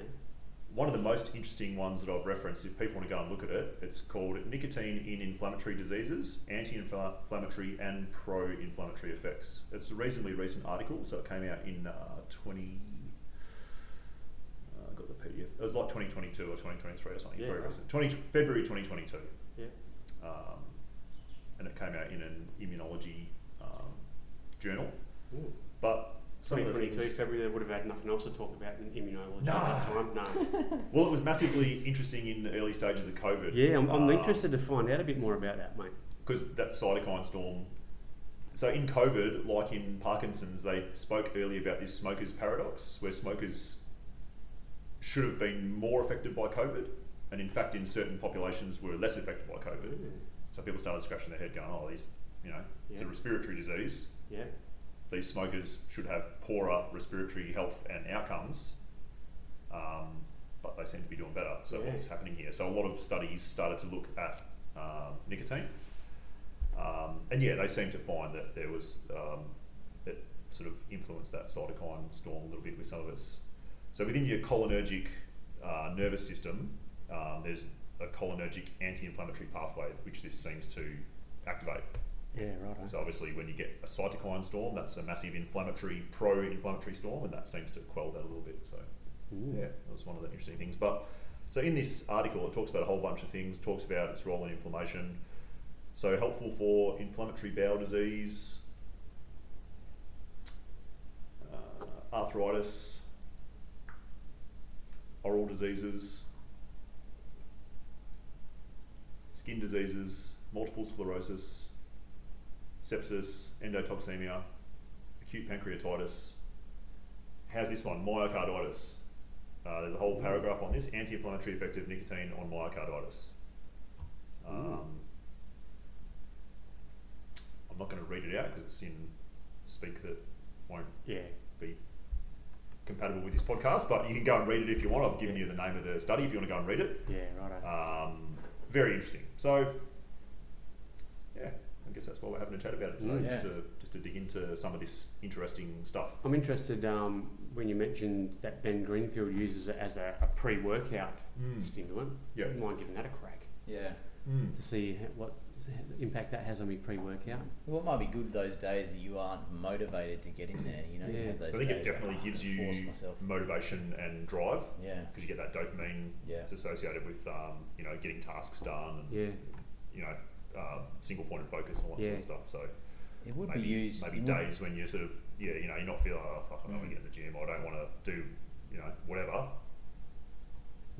Speaker 3: One of the most interesting ones that I've referenced, if people want to go and look at it, it's called Nicotine in Inflammatory Diseases Anti Inflammatory and Pro Inflammatory Effects. It's a reasonably recent article, so it came out in uh, 20. uh, I got the PDF. It was like 2022 or 2023 or something.
Speaker 1: Yeah,
Speaker 3: very
Speaker 1: right.
Speaker 3: recent. 20, February 2022.
Speaker 1: yeah.
Speaker 3: Um, and it came out in an immunology um, journal.
Speaker 1: Ooh.
Speaker 3: But some of the
Speaker 1: 2022
Speaker 3: things.
Speaker 1: February, they would have had nothing else to talk about in immunology
Speaker 3: Nah.
Speaker 1: at that time. No.
Speaker 3: Well, it was massively interesting in the early stages of COVID.
Speaker 1: yeah, I'm, I'm
Speaker 3: Um,
Speaker 1: interested to find out a bit more about that, mate.
Speaker 3: because that cytokine storm. So in COVID, like in Parkinson's, they spoke earlier about this smokers paradox, where smokers should have been more affected by COVID, and in fact, in certain populations, were less affected by COVID.
Speaker 1: Mm.
Speaker 3: So people started scratching their head, going, "Oh, these, you know, it's a
Speaker 1: Yeah.
Speaker 3: respiratory disease.
Speaker 1: Yeah,
Speaker 3: These smokers should have poorer respiratory health and outcomes." Um, but they seem to be doing better. So
Speaker 1: Yeah.
Speaker 3: what's happening here? So a lot of studies started to look at um, nicotine. Um, and yeah, they seem to find that there was um, it sort of influenced that cytokine storm a little bit with some of us. So within your cholinergic uh, nervous system, um, there's a cholinergic anti-inflammatory pathway which this seems to activate.
Speaker 1: yeah, right.
Speaker 3: So obviously, when you get a cytokine storm, that's a massive inflammatory, pro-inflammatory storm, and that seems to quell that a little bit. So
Speaker 1: Hmm.
Speaker 3: yeah, that was one of the interesting things. But so in this article, it talks about a whole bunch of things. Talks about its role in inflammation. So helpful for inflammatory bowel disease, uh, arthritis, oral diseases, skin diseases, multiple sclerosis, sepsis, endotoxemia, acute pancreatitis. How's this one? Myocarditis. Uh, there's a whole paragraph on this anti-inflammatory effect of nicotine on myocarditis. Um, I'm not going to read it out because it's in speak that won't
Speaker 1: Yeah,
Speaker 3: be compatible with this podcast, but you can go and read it if you want. I've given you the name of the study if you want to go and read it.
Speaker 1: yeah, right.
Speaker 3: Um, very interesting. So, yeah, I guess that's why we're having a chat about it today,
Speaker 1: Mm,
Speaker 3: just
Speaker 2: yeah.
Speaker 3: to just to dig into some of this interesting stuff.
Speaker 1: I'm interested um, when you mentioned that Ben Greenfield uses it as a, a pre-workout stimulant.
Speaker 3: Hmm. Yeah.
Speaker 1: Wouldn't mind giving that a crack
Speaker 2: Yeah.
Speaker 3: Mm.
Speaker 1: to see h- what s- impact that has on me pre-workout.
Speaker 2: Well, it might be good those days that you aren't motivated to get in there. You know, you
Speaker 1: Yeah.
Speaker 2: have those
Speaker 3: So I think it
Speaker 2: days where,
Speaker 3: definitely
Speaker 2: "Oh, I'm
Speaker 3: gives
Speaker 2: gonna force
Speaker 3: you
Speaker 2: myself.
Speaker 3: motivation and drive
Speaker 2: Yeah,
Speaker 3: because you get that dopamine.
Speaker 2: yeah,
Speaker 3: It's associated with um, you know getting tasks done and
Speaker 1: Yeah,
Speaker 3: you know uh, single point of focus and all that sort
Speaker 1: Yeah.
Speaker 3: of stuff. So
Speaker 2: it would
Speaker 3: maybe
Speaker 2: be used.
Speaker 3: maybe
Speaker 2: it would-
Speaker 3: days when you're sort of yeah you know you're not feeling oh fuck I don't want to get in the gym I don't want to do you know whatever.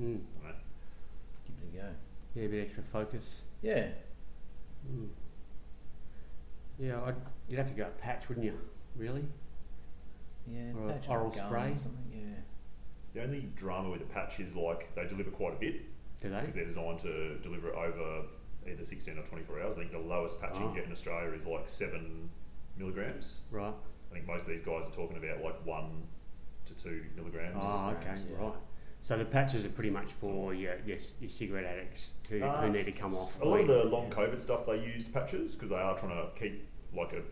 Speaker 3: I
Speaker 1: mm.
Speaker 3: don't know.
Speaker 2: Give it a go.
Speaker 1: yeah, a bit extra focus.
Speaker 2: Yeah,
Speaker 1: Mm. Yeah, I'd, you'd have to go a patch, wouldn't you? Really?
Speaker 2: yeah.
Speaker 1: Or a
Speaker 2: patch on
Speaker 1: oral
Speaker 2: gum or
Speaker 1: spray.
Speaker 2: something.
Speaker 3: The only drama with the patch is like they deliver quite a bit
Speaker 1: Do they?
Speaker 3: because they're designed to deliver it over either 16 or 24 hours. I think the lowest patch you
Speaker 1: Ah.
Speaker 3: can get in Australia is like seven milligrams.
Speaker 1: Right.
Speaker 3: I think most of these guys are talking about like one to two milligrams.
Speaker 1: Oh, okay,
Speaker 2: Grams, yeah.
Speaker 1: right. So the patches are pretty much for your, your, s- your cigarette addicts who,
Speaker 3: Ah,
Speaker 1: who need to come off.
Speaker 3: A lot of
Speaker 1: weed.
Speaker 3: the long COVID stuff they used patches because they are trying to keep like a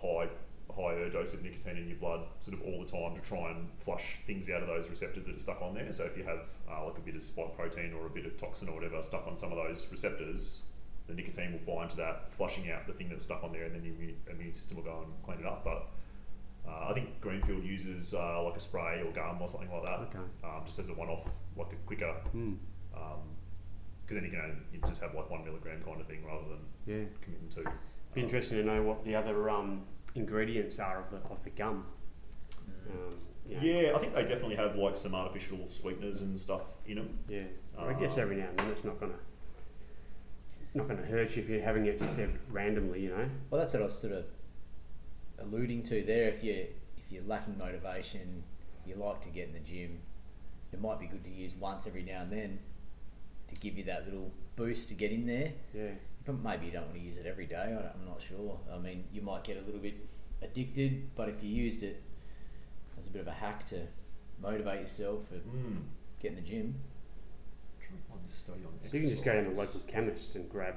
Speaker 3: high higher dose of nicotine in your blood sort of all the time to try and flush things out of those receptors that are stuck on there. So if you have uh, like a bit of spike protein or a bit of toxin or whatever stuck on some of those receptors, the nicotine will bind to that, flushing out the thing that's stuck on there, and then your immune- immune system will go and clean it up. But uh, I think Greenfield uses uh, like a spray or gum or something like that,
Speaker 1: Okay.
Speaker 3: um, just as a one-off, like a quicker, because
Speaker 1: Mm.
Speaker 3: Um, then you can only, you just have like one milligram kind of thing rather than
Speaker 1: Yeah.
Speaker 3: committing to.
Speaker 1: Be interesting to know what the other um, ingredients are of the, of the gum. Um, you know,
Speaker 3: Mm. Yeah, I think they definitely have like some artificial sweeteners and stuff in them.
Speaker 1: Yeah. Well, I guess
Speaker 3: Um,
Speaker 1: every now and then it's not gonna not gonna hurt you if you're having it just ev- randomly, you know.
Speaker 2: Well, that's what I was sort of alluding to there. If you if you're lacking motivation, you like to get in the gym, it might be good to use once every now and then to give you that little boost to get in there.
Speaker 1: Yeah.
Speaker 2: But maybe you don't want to use it every day. I don't, I'm not sure. I mean, you might get a little bit addicted, but if you used it as a bit of a hack to motivate yourself for
Speaker 3: Mm.
Speaker 2: getting in the gym,
Speaker 3: Trying to find this study on
Speaker 1: So you can just go down to the
Speaker 3: exercise.
Speaker 1: local chemist and grab.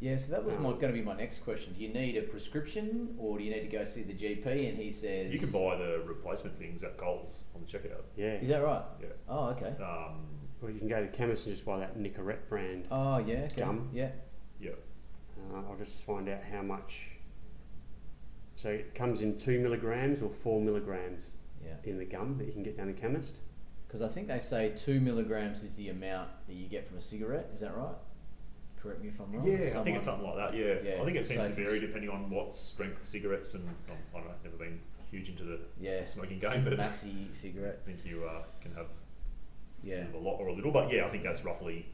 Speaker 2: Yeah, so that was
Speaker 1: Um,
Speaker 2: my, going to be my next question. Do you need a prescription, or do you need to go see the GP? And he says,
Speaker 3: You can buy the replacement things at Coles on the checkout.
Speaker 1: Yeah.
Speaker 2: Is that right?
Speaker 3: Yeah.
Speaker 2: Oh, okay.
Speaker 3: Um,
Speaker 1: Or you can go to the chemist and just buy that Nicorette brand.
Speaker 2: Oh, yeah. Okay.
Speaker 1: Gum.
Speaker 2: Yeah.
Speaker 3: yeah.
Speaker 1: Uh, I'll just find out how much. So it comes in two milligrams or four milligrams
Speaker 2: Yeah.
Speaker 1: in the gum that you can get down the chemist.
Speaker 2: Because I think they say two milligrams is the amount that you get from a cigarette. Is that right? Correct me if I'm wrong.
Speaker 3: I think it's something like that. Yeah,
Speaker 2: Yeah,
Speaker 3: I think it seems
Speaker 2: so
Speaker 3: to
Speaker 2: it's-
Speaker 3: vary depending on what strength cigarettes and um, I don't know. I've never been huge into the
Speaker 2: Yeah.
Speaker 3: smoking game, but I
Speaker 2: Maxi cigarette.
Speaker 3: think you uh, can have
Speaker 2: Yeah.
Speaker 3: sort of a lot or a little. But yeah, I think that's roughly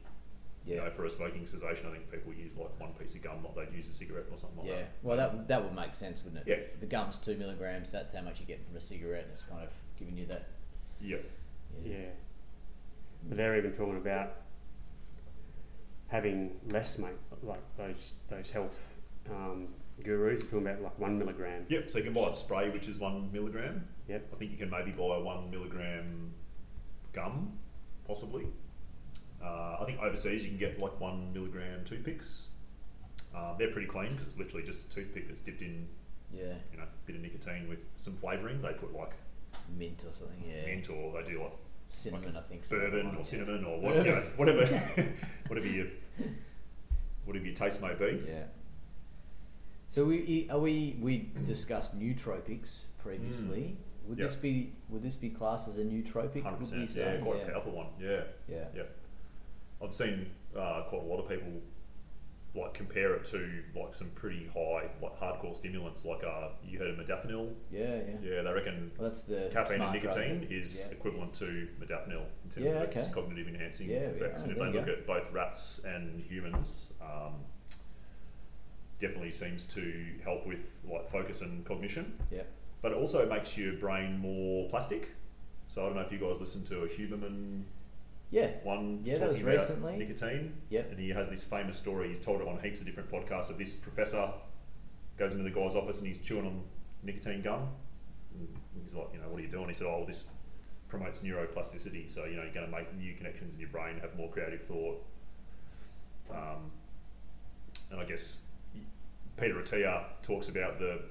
Speaker 3: you
Speaker 2: Yeah.
Speaker 3: know for a smoking cessation. I think people use like one piece of gum, like they'd use a cigarette or something like
Speaker 2: Yeah.
Speaker 3: that.
Speaker 2: Well, that that would make sense, wouldn't it?
Speaker 3: Yeah.
Speaker 2: If The gum's two milligrams. That's how much you get from a cigarette, and it's kind of giving you that.
Speaker 3: Yeah,
Speaker 1: Yeah. But they're even talking about having less, mate. Like those those health um, gurus are talking about like one milligram.
Speaker 3: Yep, so you can buy a spray which is one milligram.
Speaker 1: Yep.
Speaker 3: I think you can maybe buy one milligram gum, possibly. Uh, I think overseas you can get like one milligram toothpicks. Uh, they're pretty clean because it's literally just a toothpick that's dipped in,
Speaker 2: Yeah.
Speaker 3: you know, a bit of nicotine with some flavouring. They put like
Speaker 2: Mint or something. Yeah.
Speaker 3: mint or they do like
Speaker 2: Cinnamon, I think. something
Speaker 3: bourbon
Speaker 2: like
Speaker 3: or
Speaker 2: that.
Speaker 3: cinnamon or what, you know, whatever, whatever your whatever your taste may be.
Speaker 2: Yeah. So we are we we discussed nootropics previously. Would
Speaker 3: Mm. Yeah.
Speaker 2: this be would this be classed as a nootropic?
Speaker 3: Hundred
Speaker 2: would you
Speaker 3: percent, yeah,
Speaker 2: say?
Speaker 3: quite
Speaker 2: yeah.
Speaker 3: a powerful one, yeah.
Speaker 2: Yeah.
Speaker 3: Yeah, I've seen uh, quite a lot of people like compare it to like some pretty high, like hardcore stimulants. Like uh, you heard of modafinil.
Speaker 2: Yeah. Yeah.
Speaker 3: Yeah, they reckon
Speaker 2: Well, that's the
Speaker 3: caffeine and
Speaker 2: smart drug,
Speaker 3: nicotine
Speaker 2: isn't it?
Speaker 3: is
Speaker 2: Yeah.
Speaker 3: equivalent to modafinil in terms
Speaker 2: Yeah,
Speaker 3: of its
Speaker 2: okay.
Speaker 3: cognitive enhancing
Speaker 2: Yeah, yeah,
Speaker 3: effects. and if
Speaker 2: there
Speaker 3: they
Speaker 2: you
Speaker 3: look
Speaker 2: go.
Speaker 3: at both rats and humans, um, definitely seems to help with like focus and cognition
Speaker 2: Yeah.
Speaker 3: but it also makes your brain more plastic. So I don't know if you guys listened to a Huberman
Speaker 2: Yeah.
Speaker 3: one
Speaker 2: Yeah, that
Speaker 3: talking
Speaker 2: was
Speaker 3: about
Speaker 2: recently.
Speaker 3: nicotine.
Speaker 2: Yep.
Speaker 3: And he has this famous story. He's told it on heaps of different podcasts. Of this professor goes into the guy's office and he's chewing on nicotine gum. And he's like, you know, what are you doing? He said, oh, well, this promotes neuroplasticity. So you know, you're going to make new connections in your brain, have more creative thought. Um, and I guess Peter Attia talks about the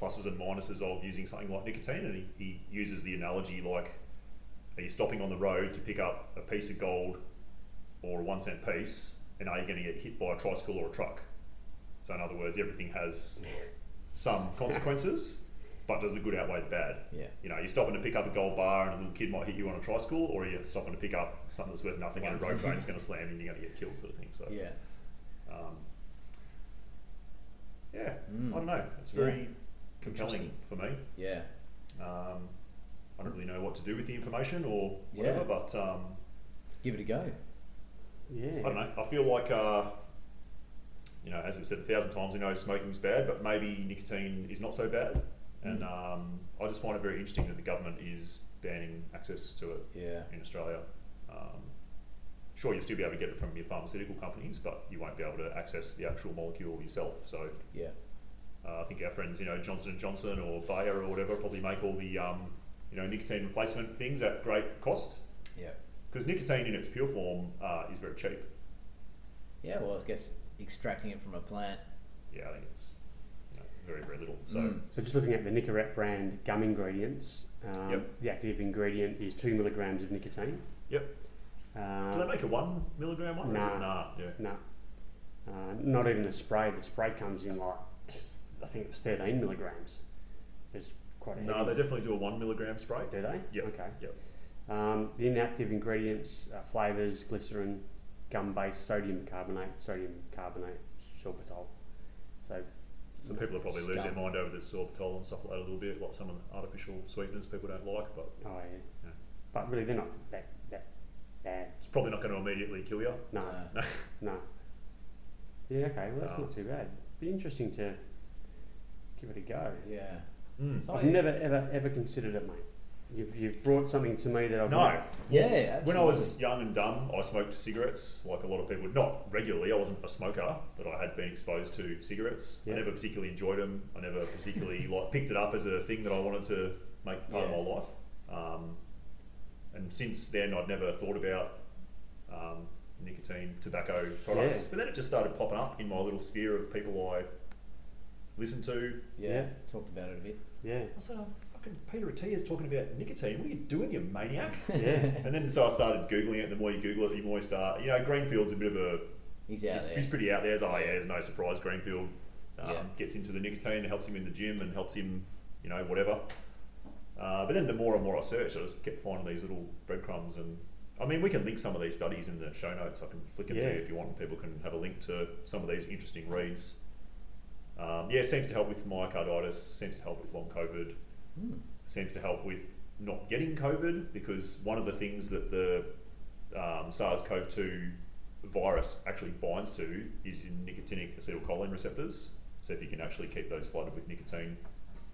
Speaker 3: pluses and minuses of using something like nicotine, and he, he uses the analogy like, are you stopping on the road to pick up a piece of gold or a one cent piece, and are you going to get hit by a tricycle or a truck? So, in other words, everything has some consequences, but does the good outweigh the bad?
Speaker 2: Yeah.
Speaker 3: You know, you're stopping to pick up a gold bar and a little kid might hit you on a tricycle, or you're stopping to pick up something that's worth nothing and a road train's going to slam you and you're going to get killed, sort of thing. So,
Speaker 2: Yeah.
Speaker 3: um, yeah,
Speaker 2: Mm.
Speaker 3: I don't know. It's
Speaker 2: Yeah.
Speaker 3: very compelling for me.
Speaker 2: Yeah.
Speaker 3: Um, I don't really know what to do with the information or whatever,
Speaker 2: Yeah.
Speaker 3: but um,
Speaker 2: Give it a go.
Speaker 1: Yeah.
Speaker 3: I don't know. I feel like, uh, you know, as we've said a thousand times, we know smoking's bad, but maybe nicotine is not so bad. And um, I just find it very interesting that the government is banning access to it
Speaker 2: Yeah.
Speaker 3: in Australia. Um, sure, you'll still be able to get it from your pharmaceutical companies, but you won't be able to access the actual molecule yourself. So
Speaker 2: Yeah.
Speaker 3: uh, I think our friends, you know, Johnson and Johnson or Bayer or whatever, probably make all the, um, you know, nicotine replacement things at great cost
Speaker 2: Yeah.
Speaker 3: because nicotine in its pure form uh, is very cheap.
Speaker 2: Yeah. Well, I guess extracting it from a plant.
Speaker 3: Yeah, I think it's you know, very, very little. So
Speaker 2: Mm.
Speaker 1: So just looking at the Nicorette brand gum ingredients, um,
Speaker 3: Yep.
Speaker 1: the active ingredient is two milligrams of nicotine.
Speaker 3: Yep. do they
Speaker 1: Um,
Speaker 3: make a one milligram one? Or is it, nah, yeah.
Speaker 1: no, uh, not even the spray. The spray comes in like I think it was thirteen milligrams. It's quite heavy.
Speaker 3: No, they definitely do a one milligram spray.
Speaker 1: do they?
Speaker 3: Yep,
Speaker 1: Okay.
Speaker 3: yep.
Speaker 1: Um, the inactive ingredients: uh, flavors, glycerin, gum-based sodium carbonate, sodium carbonate, sorbitol. So
Speaker 3: Some people will probably lose
Speaker 1: Scum.
Speaker 3: their mind over the sorbitol and stuff like that a little bit, like some of the artificial sweeteners people don't like, but
Speaker 1: Oh yeah.
Speaker 3: Yeah.
Speaker 1: But really, they're not that that bad.
Speaker 3: it's probably not going to immediately kill you.
Speaker 1: No,
Speaker 2: Uh,
Speaker 1: no. Yeah, okay. Well, that's
Speaker 3: No.
Speaker 1: not too bad. Be interesting to give it a go.
Speaker 2: yeah.
Speaker 3: Mm.
Speaker 2: So,
Speaker 1: I've never ever ever considered it, mate. You've, you've brought something to me that I've
Speaker 3: No,
Speaker 2: Yeah, absolutely.
Speaker 3: When I was young and dumb, I smoked cigarettes, like a lot of people. Not regularly, I wasn't a smoker, but I had been exposed to cigarettes.
Speaker 1: Yeah.
Speaker 3: I never particularly enjoyed them. I never particularly like picked it up as a thing that I wanted to make part
Speaker 2: Yeah.
Speaker 3: of my life. Um, and since then, I'd never thought about um, nicotine, tobacco products.
Speaker 1: Yeah.
Speaker 3: But then it just started popping up in my little sphere of people I listen to.
Speaker 2: yeah,
Speaker 1: Yeah.
Speaker 2: talked about it a bit.
Speaker 1: Yeah,
Speaker 3: I said, oh, "Fucking Peter Attia is talking about nicotine. What are you doing, you maniac?"
Speaker 1: yeah.
Speaker 3: And then so I started googling it. The more you Google it, the more you start. You know, Greenfield's a bit of a
Speaker 2: He's out
Speaker 3: he's,
Speaker 2: there.
Speaker 3: he's pretty out there. It's, oh yeah, there's no surprise. Greenfield um,
Speaker 2: Yeah.
Speaker 3: gets into the nicotine, it helps him in the gym, and helps him, you know, whatever. Uh, but then the more and more I searched, I just kept finding these little breadcrumbs. And I mean, we can link some of these studies in the show notes. I can flick them
Speaker 1: Yeah.
Speaker 3: to you if you want. People can have a link to some of these interesting reads. Um, yeah, it seems to help with myocarditis. Seems to help with long COVID
Speaker 2: Hmm.
Speaker 3: seems to help with not getting COVID because one of the things that the um, SARS-CoV-2 virus actually binds to is in nicotinic acetylcholine receptors. So if you can actually keep those flooded with nicotine,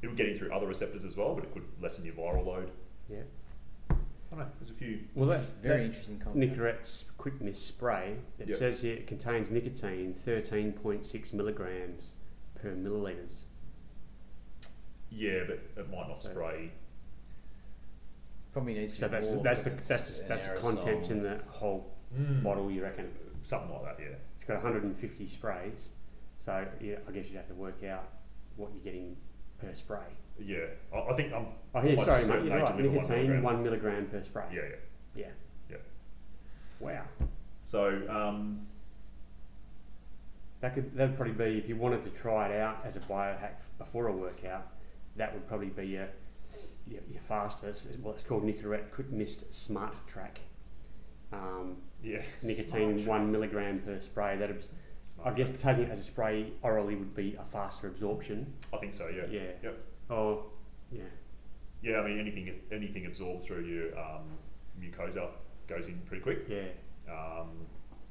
Speaker 3: it'll get in through other receptors as well, but it could lessen your viral load.
Speaker 1: Yeah.
Speaker 3: I don't know. There's a few.
Speaker 1: Well, that,
Speaker 2: Very
Speaker 1: that
Speaker 2: interesting comment.
Speaker 1: Nicorette's quickness spray. It
Speaker 3: Yep.
Speaker 1: says here it contains nicotine, thirteen point six milligrams per milliliters.
Speaker 3: Yeah, but it might not
Speaker 1: So-
Speaker 3: spray.
Speaker 2: Probably needs to
Speaker 1: So
Speaker 2: be
Speaker 1: that's the,
Speaker 2: more
Speaker 1: that's the,
Speaker 2: because
Speaker 1: that's
Speaker 2: it's
Speaker 1: the,
Speaker 2: an
Speaker 1: that's the
Speaker 2: aerosol.
Speaker 1: content in the whole
Speaker 3: Mm.
Speaker 1: bottle. You reckon?
Speaker 3: Something like that. Yeah.
Speaker 1: It's got 150 sprays, so yeah, I guess you'd have to work out what you're getting per spray.
Speaker 3: Yeah. I, I think um, I'm.
Speaker 1: Oh, here,
Speaker 3: Almost
Speaker 1: sorry, mate,
Speaker 3: certainly
Speaker 1: you're right.
Speaker 3: deliver one
Speaker 1: Nicotine,
Speaker 3: milligram.
Speaker 1: one milligram per spray.
Speaker 3: Yeah. Yeah.
Speaker 1: Yeah.
Speaker 3: Yeah.
Speaker 1: Wow.
Speaker 3: So um,
Speaker 1: That could that would probably be if you wanted to try it out as a biohack f- before a workout. That would probably be your your, your fastest. It's- Well, it's called Nicorette Quick Mist Smart Track. Um,
Speaker 3: yeah.
Speaker 1: nicotine,
Speaker 3: Smart
Speaker 1: one milligram per spray. That
Speaker 3: track. Smart
Speaker 1: I guess
Speaker 3: track.
Speaker 1: taking it as a spray orally would be a faster absorption.
Speaker 3: I think so. Yeah.
Speaker 1: Yeah.
Speaker 3: Yep.
Speaker 1: Or yeah.
Speaker 3: Yeah, I mean anything anything absorbed through your um, mucosa goes in pretty quick,
Speaker 1: Yeah,
Speaker 3: um,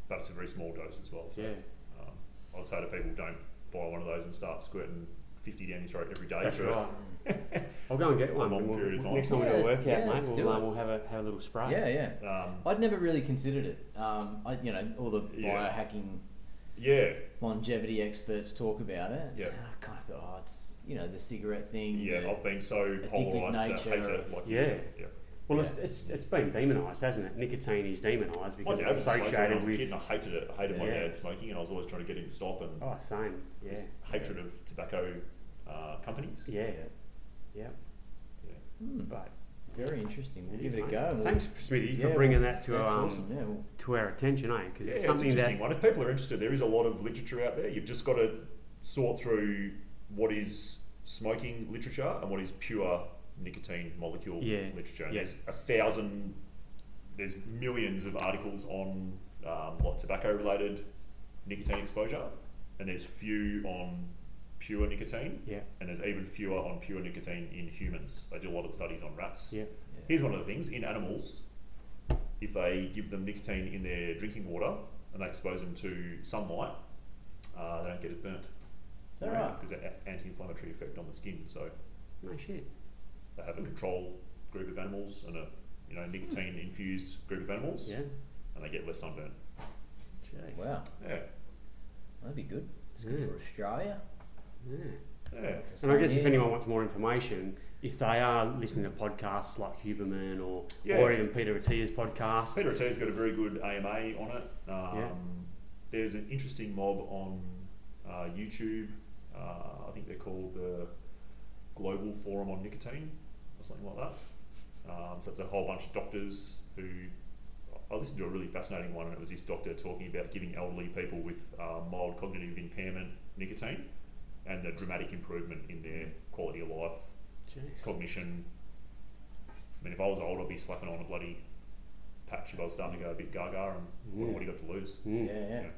Speaker 3: but it's a very small dose as well. So
Speaker 1: yeah,
Speaker 3: um, I'd say to people, don't buy one of those and start squirting fifty down your throat every day.
Speaker 1: that's
Speaker 3: for
Speaker 1: right. I'll go and get one.
Speaker 3: long
Speaker 1: We'll-
Speaker 3: period of time.
Speaker 1: Next time we do a
Speaker 2: Yeah,
Speaker 1: workout,
Speaker 2: yeah,
Speaker 1: mate,
Speaker 2: let's
Speaker 1: we'll,
Speaker 2: do
Speaker 1: uh,
Speaker 2: it.
Speaker 1: we'll have a have a little spray.
Speaker 2: Yeah, yeah.
Speaker 3: Um,
Speaker 2: I'd never really considered it. Um, I, you know, all the
Speaker 3: Yeah.
Speaker 2: biohacking
Speaker 3: yeah,
Speaker 2: longevity experts talk about it.
Speaker 3: Yeah.
Speaker 2: And I kind of thought, oh, it's you know the cigarette thing.
Speaker 3: yeah,
Speaker 2: the-
Speaker 3: I've been so
Speaker 2: addictive
Speaker 3: polarized to hate
Speaker 2: nature
Speaker 3: it. Like,
Speaker 1: Yeah.
Speaker 3: yeah.
Speaker 1: Well,
Speaker 2: Yeah.
Speaker 1: It's, it's it's been demonised, hasn't it? Nicotine is demonised
Speaker 3: My
Speaker 1: because
Speaker 3: dad
Speaker 1: it's
Speaker 3: was a smoker when I
Speaker 1: associated
Speaker 3: was a kid, and
Speaker 1: with.
Speaker 3: I hated it. I hated my
Speaker 1: Yeah.
Speaker 3: dad smoking, and I was always trying to get him to stop. And
Speaker 1: Oh, same. Yeah,
Speaker 3: this hatred of tobacco uh, companies.
Speaker 1: yeah,
Speaker 2: Hmm,
Speaker 1: but
Speaker 2: very interesting. We'll
Speaker 1: it
Speaker 2: give
Speaker 1: is,
Speaker 2: it a
Speaker 1: mate.
Speaker 2: go. and we'll-
Speaker 1: Thanks, Smithy, for
Speaker 2: Yeah,
Speaker 1: bringing that to
Speaker 2: That's
Speaker 1: our um,
Speaker 2: awesome. Yeah. Well,
Speaker 1: to our attention, eh? Because
Speaker 3: Yeah,
Speaker 1: it's
Speaker 3: it's
Speaker 1: something
Speaker 3: an
Speaker 1: that
Speaker 3: interesting one. If people are interested, there is a lot of literature out there. You've just got to sort through what is smoking literature and what is pure nicotine molecule
Speaker 1: Yeah.
Speaker 3: literature. And
Speaker 1: Yeah.
Speaker 3: There's a thousand, there's millions of articles on um, what tobacco related nicotine exposure, and there's few on pure nicotine,
Speaker 1: yeah,
Speaker 3: and there's even fewer on pure nicotine in humans. They do a lot of studies on rats.
Speaker 1: yeah,
Speaker 2: yeah.
Speaker 3: Here's one of the things in animals, if they give them nicotine in their drinking water and they expose them to sunlight, uh, they don't get it burnt.
Speaker 2: All right.
Speaker 3: Because of a- anti-inflammatory effect on the skin. So
Speaker 1: no shit.
Speaker 3: they have a control group of animals and a you know nicotine infused group of animals,
Speaker 1: Yeah,
Speaker 3: and they get less sunburn.
Speaker 1: Jeez.
Speaker 2: Wow,
Speaker 3: Yeah,
Speaker 2: that'd be good. It's
Speaker 1: Yeah.
Speaker 2: good for Australia.
Speaker 1: yeah.
Speaker 3: yeah.
Speaker 1: And I guess if anyone wants more information, if they are listening to podcasts like Huberman or
Speaker 3: Yeah.
Speaker 1: or even Peter Attia's podcast,
Speaker 3: Peter Attea's got a very good AMA on it. Um,
Speaker 1: Yeah.
Speaker 3: There's an interesting mob on uh, YouTube. Uh, Uh, I think they're called the Global Forum on Nicotine or something like that. Um, so it's a whole bunch of doctors who. I listened to a really fascinating one, and it was this doctor talking about giving elderly people with uh, mild cognitive impairment nicotine and the dramatic improvement in their quality of life
Speaker 1: Jeez.
Speaker 3: cognition. I mean, if I was old, I'd be slapping on a bloody patch if I was starting to go a bit gaga and what-
Speaker 1: Yeah.
Speaker 3: what do you got to lose?
Speaker 1: Mm.
Speaker 2: Yeah, yeah.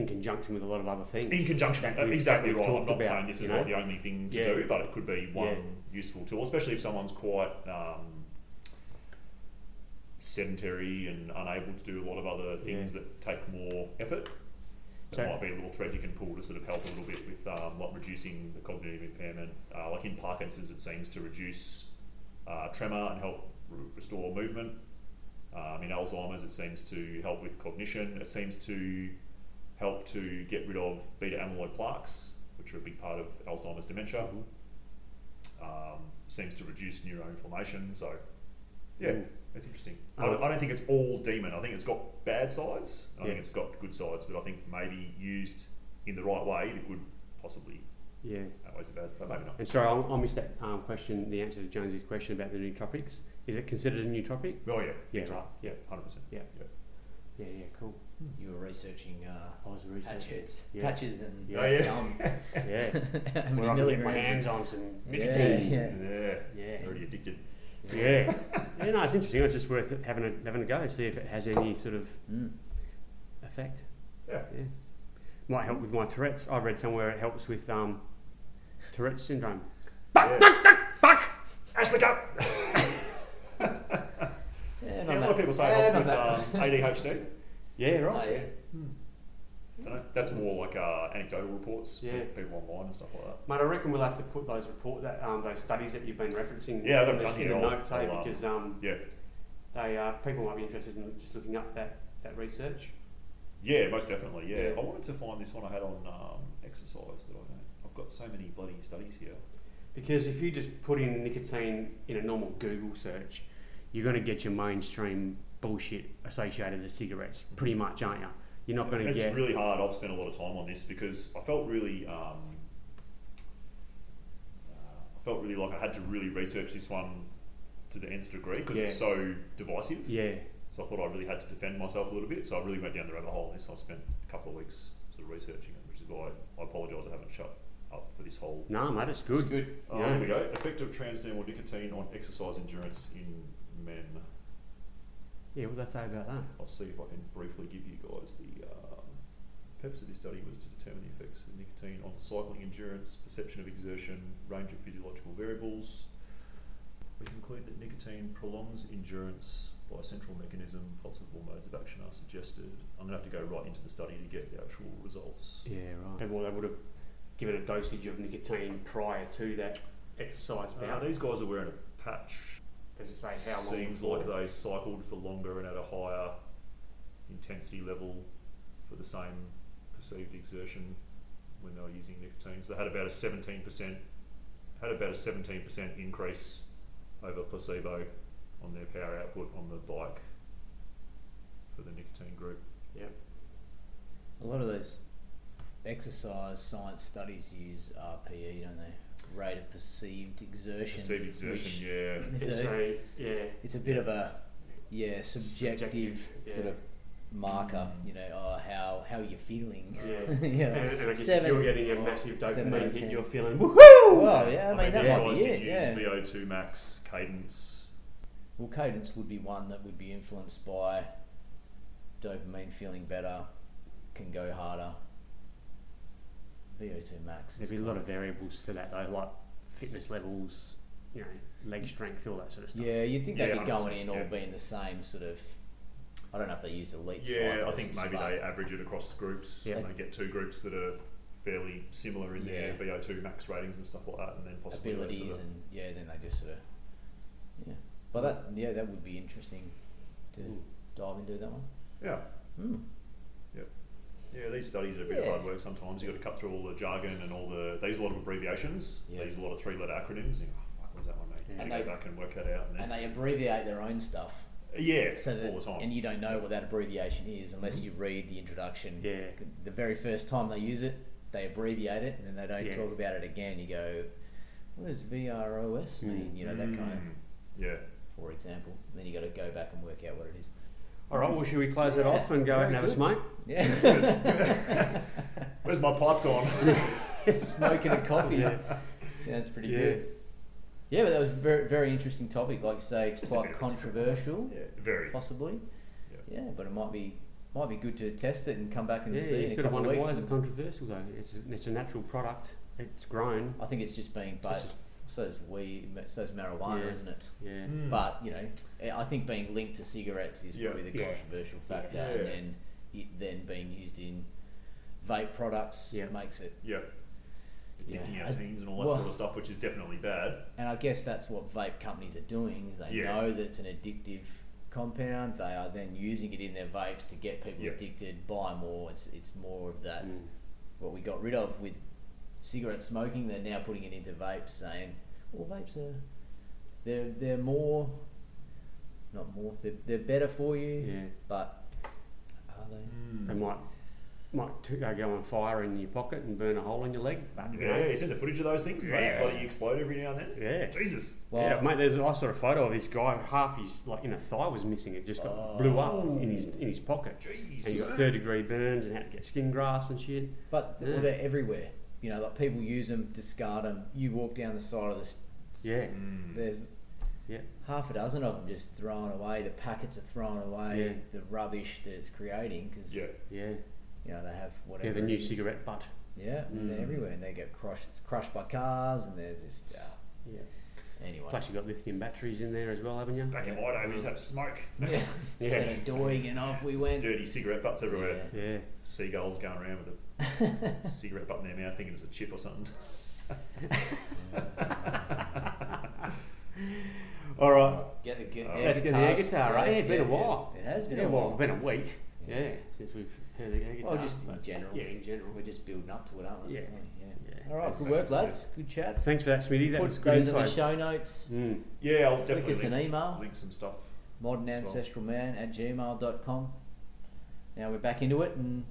Speaker 1: In conjunction with a lot of other things.
Speaker 3: In conjunction, uh,
Speaker 1: That we've-
Speaker 3: exactly
Speaker 1: we've
Speaker 3: right. I'm
Speaker 1: talked
Speaker 3: not
Speaker 1: about,
Speaker 3: saying this
Speaker 1: you
Speaker 3: is
Speaker 1: know?
Speaker 3: like the only thing to
Speaker 1: Yeah.
Speaker 3: do, but it could be one
Speaker 1: Yeah.
Speaker 3: useful tool, especially if someone's quite um, sedentary and unable to do a lot of other things that take more effort. That
Speaker 1: So-
Speaker 3: might be a little thread you can pull to sort of help a little bit with um, like reducing the cognitive impairment. Uh, like in Parkinson's, it seems to reduce uh, tremor and help re- restore movement. Um, in Alzheimer's, it seems to help with cognition. It seems to help to get rid of beta amyloid plaques, which are a big part of Alzheimer's dementia.
Speaker 1: Mhm.
Speaker 3: Um, seems to reduce neuroinflammation. So, yeah,
Speaker 1: Mm.
Speaker 3: it's interesting. I,
Speaker 1: Um,
Speaker 3: don't, I don't think it's all demon. I think it's got bad sides. and I
Speaker 1: Yeah.
Speaker 3: think it's got good sides, but I think maybe used in the right way, the good possibly
Speaker 1: Yeah.
Speaker 3: outweighs the bad, but maybe not.
Speaker 1: And sorry, I'll, I'll miss that um, question, the answer to Jonesy's question about the nootropics. Is it considered a nootropic?
Speaker 3: Oh yeah,
Speaker 1: Yeah,
Speaker 3: big time.
Speaker 1: right. Yeah.
Speaker 3: hundred percent.
Speaker 1: Yeah, yeah, cool.
Speaker 2: You were researching uh,
Speaker 1: I was researching.
Speaker 2: patches,
Speaker 1: Yeah.
Speaker 2: patches, and
Speaker 1: Yeah.
Speaker 3: Oh, yeah.
Speaker 2: um,
Speaker 1: Yeah.
Speaker 2: how
Speaker 1: Where
Speaker 2: many
Speaker 1: I can get my
Speaker 2: milligrams?
Speaker 1: hands on some
Speaker 2: Yeah,
Speaker 1: nicotine.
Speaker 2: yeah.
Speaker 3: Yeah,
Speaker 1: Yeah.
Speaker 3: already addicted.
Speaker 1: Yeah. yeah, no, it's interesting. It's just worth it having a having a go, see if it has any sort of
Speaker 2: Mm.
Speaker 1: effect.
Speaker 3: Yeah.
Speaker 1: Yeah. Might help with my Tourette's. I read somewhere it helps with um, Tourette's syndrome.
Speaker 3: yeah. Ashley, go.
Speaker 2: And
Speaker 3: Yeah, a
Speaker 2: on
Speaker 3: lot of
Speaker 2: that-
Speaker 3: people say
Speaker 2: and
Speaker 3: it helps
Speaker 2: on
Speaker 3: with
Speaker 2: that-
Speaker 3: um, ADHD.
Speaker 1: Yeah,
Speaker 2: Oh,
Speaker 1: right.
Speaker 2: yeah.
Speaker 3: Dunno. That's more like uh, anecdotal reports, from
Speaker 1: Yeah.
Speaker 3: people online and stuff like that.
Speaker 1: Mate, I reckon we'll have to put those report that um, those studies that you've been referencing.
Speaker 3: Yeah, I've got
Speaker 1: in the-
Speaker 3: plenty
Speaker 1: in the
Speaker 3: of old-
Speaker 1: notes, eh,
Speaker 3: old, um,
Speaker 1: because um,
Speaker 3: Yeah,
Speaker 1: they uh, people might be interested in just looking up that, that research.
Speaker 3: yeah, most definitely. Yeah.
Speaker 1: Yeah.
Speaker 3: I wanted to find this one I had on um, exercise, but I don't. I've got so many bloody studies here.
Speaker 1: Because if you just put in nicotine in a normal Google search, you're going to get your mainstream bullshit associated with cigarettes, pretty much, aren't you? You're not going to
Speaker 3: It's
Speaker 1: get.
Speaker 3: really hard. I've spent a lot of time on this because I felt really, um, uh, I felt really like I had to really research this one to the nth degree because it's so divisive.
Speaker 1: Yeah,
Speaker 3: So I thought I really had to defend myself a little bit. So I really went down the rabbit hole on this. I spent a couple of weeks sort of researching it, which is why I apologise I haven't shut up for this whole.
Speaker 1: no, mate, it's
Speaker 2: It's
Speaker 1: good.
Speaker 2: good.
Speaker 3: Oh,
Speaker 1: Yeah.
Speaker 3: Here we go. Effective transdermal nicotine on exercise endurance in men.
Speaker 1: Yeah, what they say about that?
Speaker 3: I'll see if I can briefly give you guys the. Um, purpose of this study was to determine the effects of nicotine on cycling endurance, perception of exertion, range of physiological variables. We conclude that nicotine prolongs endurance by a central mechanism. Possible modes of action are suggested. I'm going to have to go right into the study to get the actual results.
Speaker 1: Yeah, right. People they would have given a dosage of nicotine prior to that exercise
Speaker 3: Now,
Speaker 1: bout.
Speaker 3: these guys are wearing a patch.
Speaker 1: Does it say how long?
Speaker 3: Uh, Seems
Speaker 1: for?
Speaker 3: like they cycled for longer and at a higher intensity level for the same perceived exertion when they were using nicotine. So they had about a seventeen percent had about a seventeen percent increase over placebo on their power output on the bike for the nicotine group.
Speaker 2: A lot of those exercise science studies use RPE, don't they? Rate of perceived exertion.
Speaker 3: Perceived
Speaker 2: which
Speaker 3: exertion, yeah.
Speaker 2: It's,
Speaker 1: It's
Speaker 2: a,
Speaker 1: a, yeah,
Speaker 2: it's a bit of a yeah subjective,
Speaker 1: Subjective, yeah.
Speaker 2: sort of marker.
Speaker 3: Mm.
Speaker 2: You know, oh, how how are you feeling?
Speaker 1: yeah.
Speaker 2: yeah.
Speaker 1: And, and I guess
Speaker 2: Seven-
Speaker 1: if you're getting a
Speaker 2: or
Speaker 1: massive
Speaker 2: seven
Speaker 1: dopamine
Speaker 2: out of
Speaker 1: hit,
Speaker 2: ten.
Speaker 1: you're feeling woohoo!
Speaker 2: Well, yeah, I mean, that
Speaker 3: these
Speaker 2: might
Speaker 3: guys
Speaker 2: be
Speaker 3: did
Speaker 2: it, yeah.
Speaker 3: use VO2 max, cadence.
Speaker 2: Well, cadence would be one that would be influenced by dopamine feeling better, can go harder. VO2 max.
Speaker 1: There'd
Speaker 2: is
Speaker 1: be a lot
Speaker 2: kind
Speaker 1: of variables to that though, like fitness levels, you know, leg strength, all that sort of stuff.
Speaker 2: Yeah, you'd think they'd
Speaker 3: Yeah,
Speaker 2: be going
Speaker 3: 100%,
Speaker 2: in all
Speaker 3: yeah.
Speaker 2: being the same sort of. I don't know if they used elite.
Speaker 3: Yeah, I
Speaker 2: cyclists,
Speaker 3: think maybe
Speaker 2: but
Speaker 3: they average it across groups
Speaker 1: Yeah.
Speaker 3: and they get two groups that are fairly similar in
Speaker 2: Yeah.
Speaker 3: their VO2 max ratings and stuff like that, and then possibly they
Speaker 2: abilities
Speaker 3: sort of-
Speaker 2: and yeah, then they just sort of yeah. But that yeah, that would be interesting to
Speaker 3: Hmm.
Speaker 1: Mm.
Speaker 2: dive into that one.
Speaker 3: yeah, Hmm.
Speaker 2: Mm.
Speaker 3: yeah. These studies are a bit of
Speaker 2: Yeah.
Speaker 3: hard work sometimes. You got to cut through all the jargon and all the. They use a lot of abbreviations.
Speaker 2: Yeah.
Speaker 3: They use a lot of three-letter acronyms. You know, oh, fuck, what does that one mean?
Speaker 1: Yeah.
Speaker 2: And
Speaker 3: You
Speaker 2: they-
Speaker 3: go back and work that out, and then
Speaker 2: And they abbreviate their own stuff,
Speaker 3: yeah,
Speaker 2: so that
Speaker 3: all the time.
Speaker 2: and you don't know what that abbreviation is unless you read the introduction.
Speaker 1: Yeah.
Speaker 2: The very first time they use it, they abbreviate it and then they don't
Speaker 1: Yeah.
Speaker 2: talk about it again. You go, what does VROS
Speaker 1: Hmm.
Speaker 2: mean? You know, that kind of,
Speaker 3: Mm. Yeah.
Speaker 2: for example. And then you got to go back and work out what it is.
Speaker 1: All right, well, should we close that
Speaker 2: Yeah,
Speaker 1: off and go out and
Speaker 2: very
Speaker 1: have a
Speaker 2: good.
Speaker 1: smoke?
Speaker 2: Yeah.
Speaker 3: Where's my pipe gone?
Speaker 2: Smoking a coffee.
Speaker 1: Yeah.
Speaker 2: Sounds pretty
Speaker 1: Yeah.
Speaker 2: good. Yeah, but that was very, very interesting topic. Like you say,
Speaker 3: Just a bit
Speaker 2: quite
Speaker 3: of a different one.
Speaker 2: controversial,
Speaker 3: yeah, very.
Speaker 2: possibly.
Speaker 3: Yeah.
Speaker 2: Yeah. but it might be might be good to test it and come back and
Speaker 1: Yeah,
Speaker 2: see
Speaker 1: you
Speaker 2: in a
Speaker 1: sort of
Speaker 2: couple of
Speaker 1: wonder
Speaker 2: weeks.
Speaker 1: why is it
Speaker 2: and-
Speaker 1: controversial though? It's a, it's a natural product. It's grown.
Speaker 2: I think it's just being, but
Speaker 1: just-
Speaker 2: so's weed, so's marijuana,
Speaker 1: Yeah.
Speaker 2: isn't it?
Speaker 1: Yeah.
Speaker 3: Mm.
Speaker 2: But you know, eh, I think being linked to cigarettes is
Speaker 3: Yeah.
Speaker 2: probably the
Speaker 1: Yeah.
Speaker 2: controversial factor,
Speaker 3: Yeah.
Speaker 2: and then it then being used in vape products
Speaker 1: Yeah.
Speaker 2: makes it.
Speaker 3: yeah.
Speaker 2: Yeah.
Speaker 3: Addicting our teens and all that
Speaker 2: Well-
Speaker 3: sort of stuff, which is definitely bad.
Speaker 2: And I guess that's what vape companies are doing is they
Speaker 3: Yeah.
Speaker 2: know that it's an addictive compound. They are then using it in their vapes to get people
Speaker 3: Yeah.
Speaker 2: addicted, buy more. It's it's more of that
Speaker 1: Mm.
Speaker 2: what we got rid of with cigarette smoking. They're now putting it into vapes, saying, "Well, vapes are they're they're more, not more. They're, they're better for you,
Speaker 1: Yeah.
Speaker 2: but are they?"
Speaker 1: They might might t- uh, go on fire in your pocket and burn a hole in your leg. But you
Speaker 3: Yeah,
Speaker 1: know,
Speaker 3: you seen the footage of those things?
Speaker 1: Yeah.
Speaker 3: They bloody explode every now and then.
Speaker 1: yeah.
Speaker 3: Jesus.
Speaker 2: Well,
Speaker 1: yeah, mate. There's I saw a photo of this guy. Half his like inner thigh was missing. It just got
Speaker 2: Oh.
Speaker 1: blew up in his in his pocket. And he
Speaker 3: Jeez.
Speaker 1: got third degree burns and had to get skin grafts and shit.
Speaker 2: but
Speaker 1: Yeah.
Speaker 2: well, they're everywhere. You know, like people use them, discard them. You walk down the side of the s-
Speaker 1: Yeah,
Speaker 3: Mm.
Speaker 2: there's
Speaker 1: yeah,
Speaker 2: half a dozen of them just thrown away. The packets are thrown away. The rubbish that it's creating because
Speaker 3: Yeah.
Speaker 1: yeah.
Speaker 2: you know they have whatever.
Speaker 1: They're the new
Speaker 2: it is.
Speaker 1: cigarette butt.
Speaker 2: Yeah, and they're
Speaker 3: Mm.
Speaker 2: everywhere, and they get crushed crushed by cars, and there's just uh,
Speaker 1: Yeah.
Speaker 2: anyway.
Speaker 1: Plus you have got lithium batteries in there as well, haven't you?
Speaker 3: Back in my day, we used to have smoke.
Speaker 2: yeah,
Speaker 1: Yeah.
Speaker 2: instead of doig and off we went.
Speaker 3: Dirty cigarette butts everywhere.
Speaker 2: Yeah.
Speaker 1: Yeah.
Speaker 3: Seagulls going around with a cigarette butt in their mouth, thinking it's a chip or something. All right.
Speaker 2: Get the gu-
Speaker 3: Oh,
Speaker 2: air
Speaker 1: let's get the air guitar, right? Yeah, it's been a
Speaker 2: yeah.
Speaker 1: while.
Speaker 2: It has been
Speaker 1: yeah,
Speaker 2: a
Speaker 1: well,
Speaker 2: while.
Speaker 1: been a week. Yeah.
Speaker 2: Yeah.
Speaker 1: since we've heard the air guitar.
Speaker 2: well, just in
Speaker 1: but-
Speaker 2: general.
Speaker 1: Yeah, in general.
Speaker 2: We're just building up to it, aren't we?
Speaker 1: Yeah.
Speaker 2: yeah.
Speaker 1: Yeah.
Speaker 2: All right, good work, lads. Good chats.
Speaker 1: Thanks for that, Smitty. That
Speaker 2: Put
Speaker 1: was good
Speaker 2: those
Speaker 1: info.
Speaker 2: in the show notes.
Speaker 1: Mm.
Speaker 3: Yeah, I'll
Speaker 2: Click
Speaker 3: definitely
Speaker 2: us an
Speaker 3: link,
Speaker 2: email,
Speaker 3: link some stuff.
Speaker 2: modernancestralman at gmail.com. Now we're back into it, and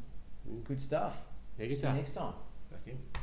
Speaker 1: Mm.
Speaker 2: good stuff.
Speaker 1: Air
Speaker 2: See you
Speaker 1: guitar.
Speaker 2: next time.
Speaker 3: Back in.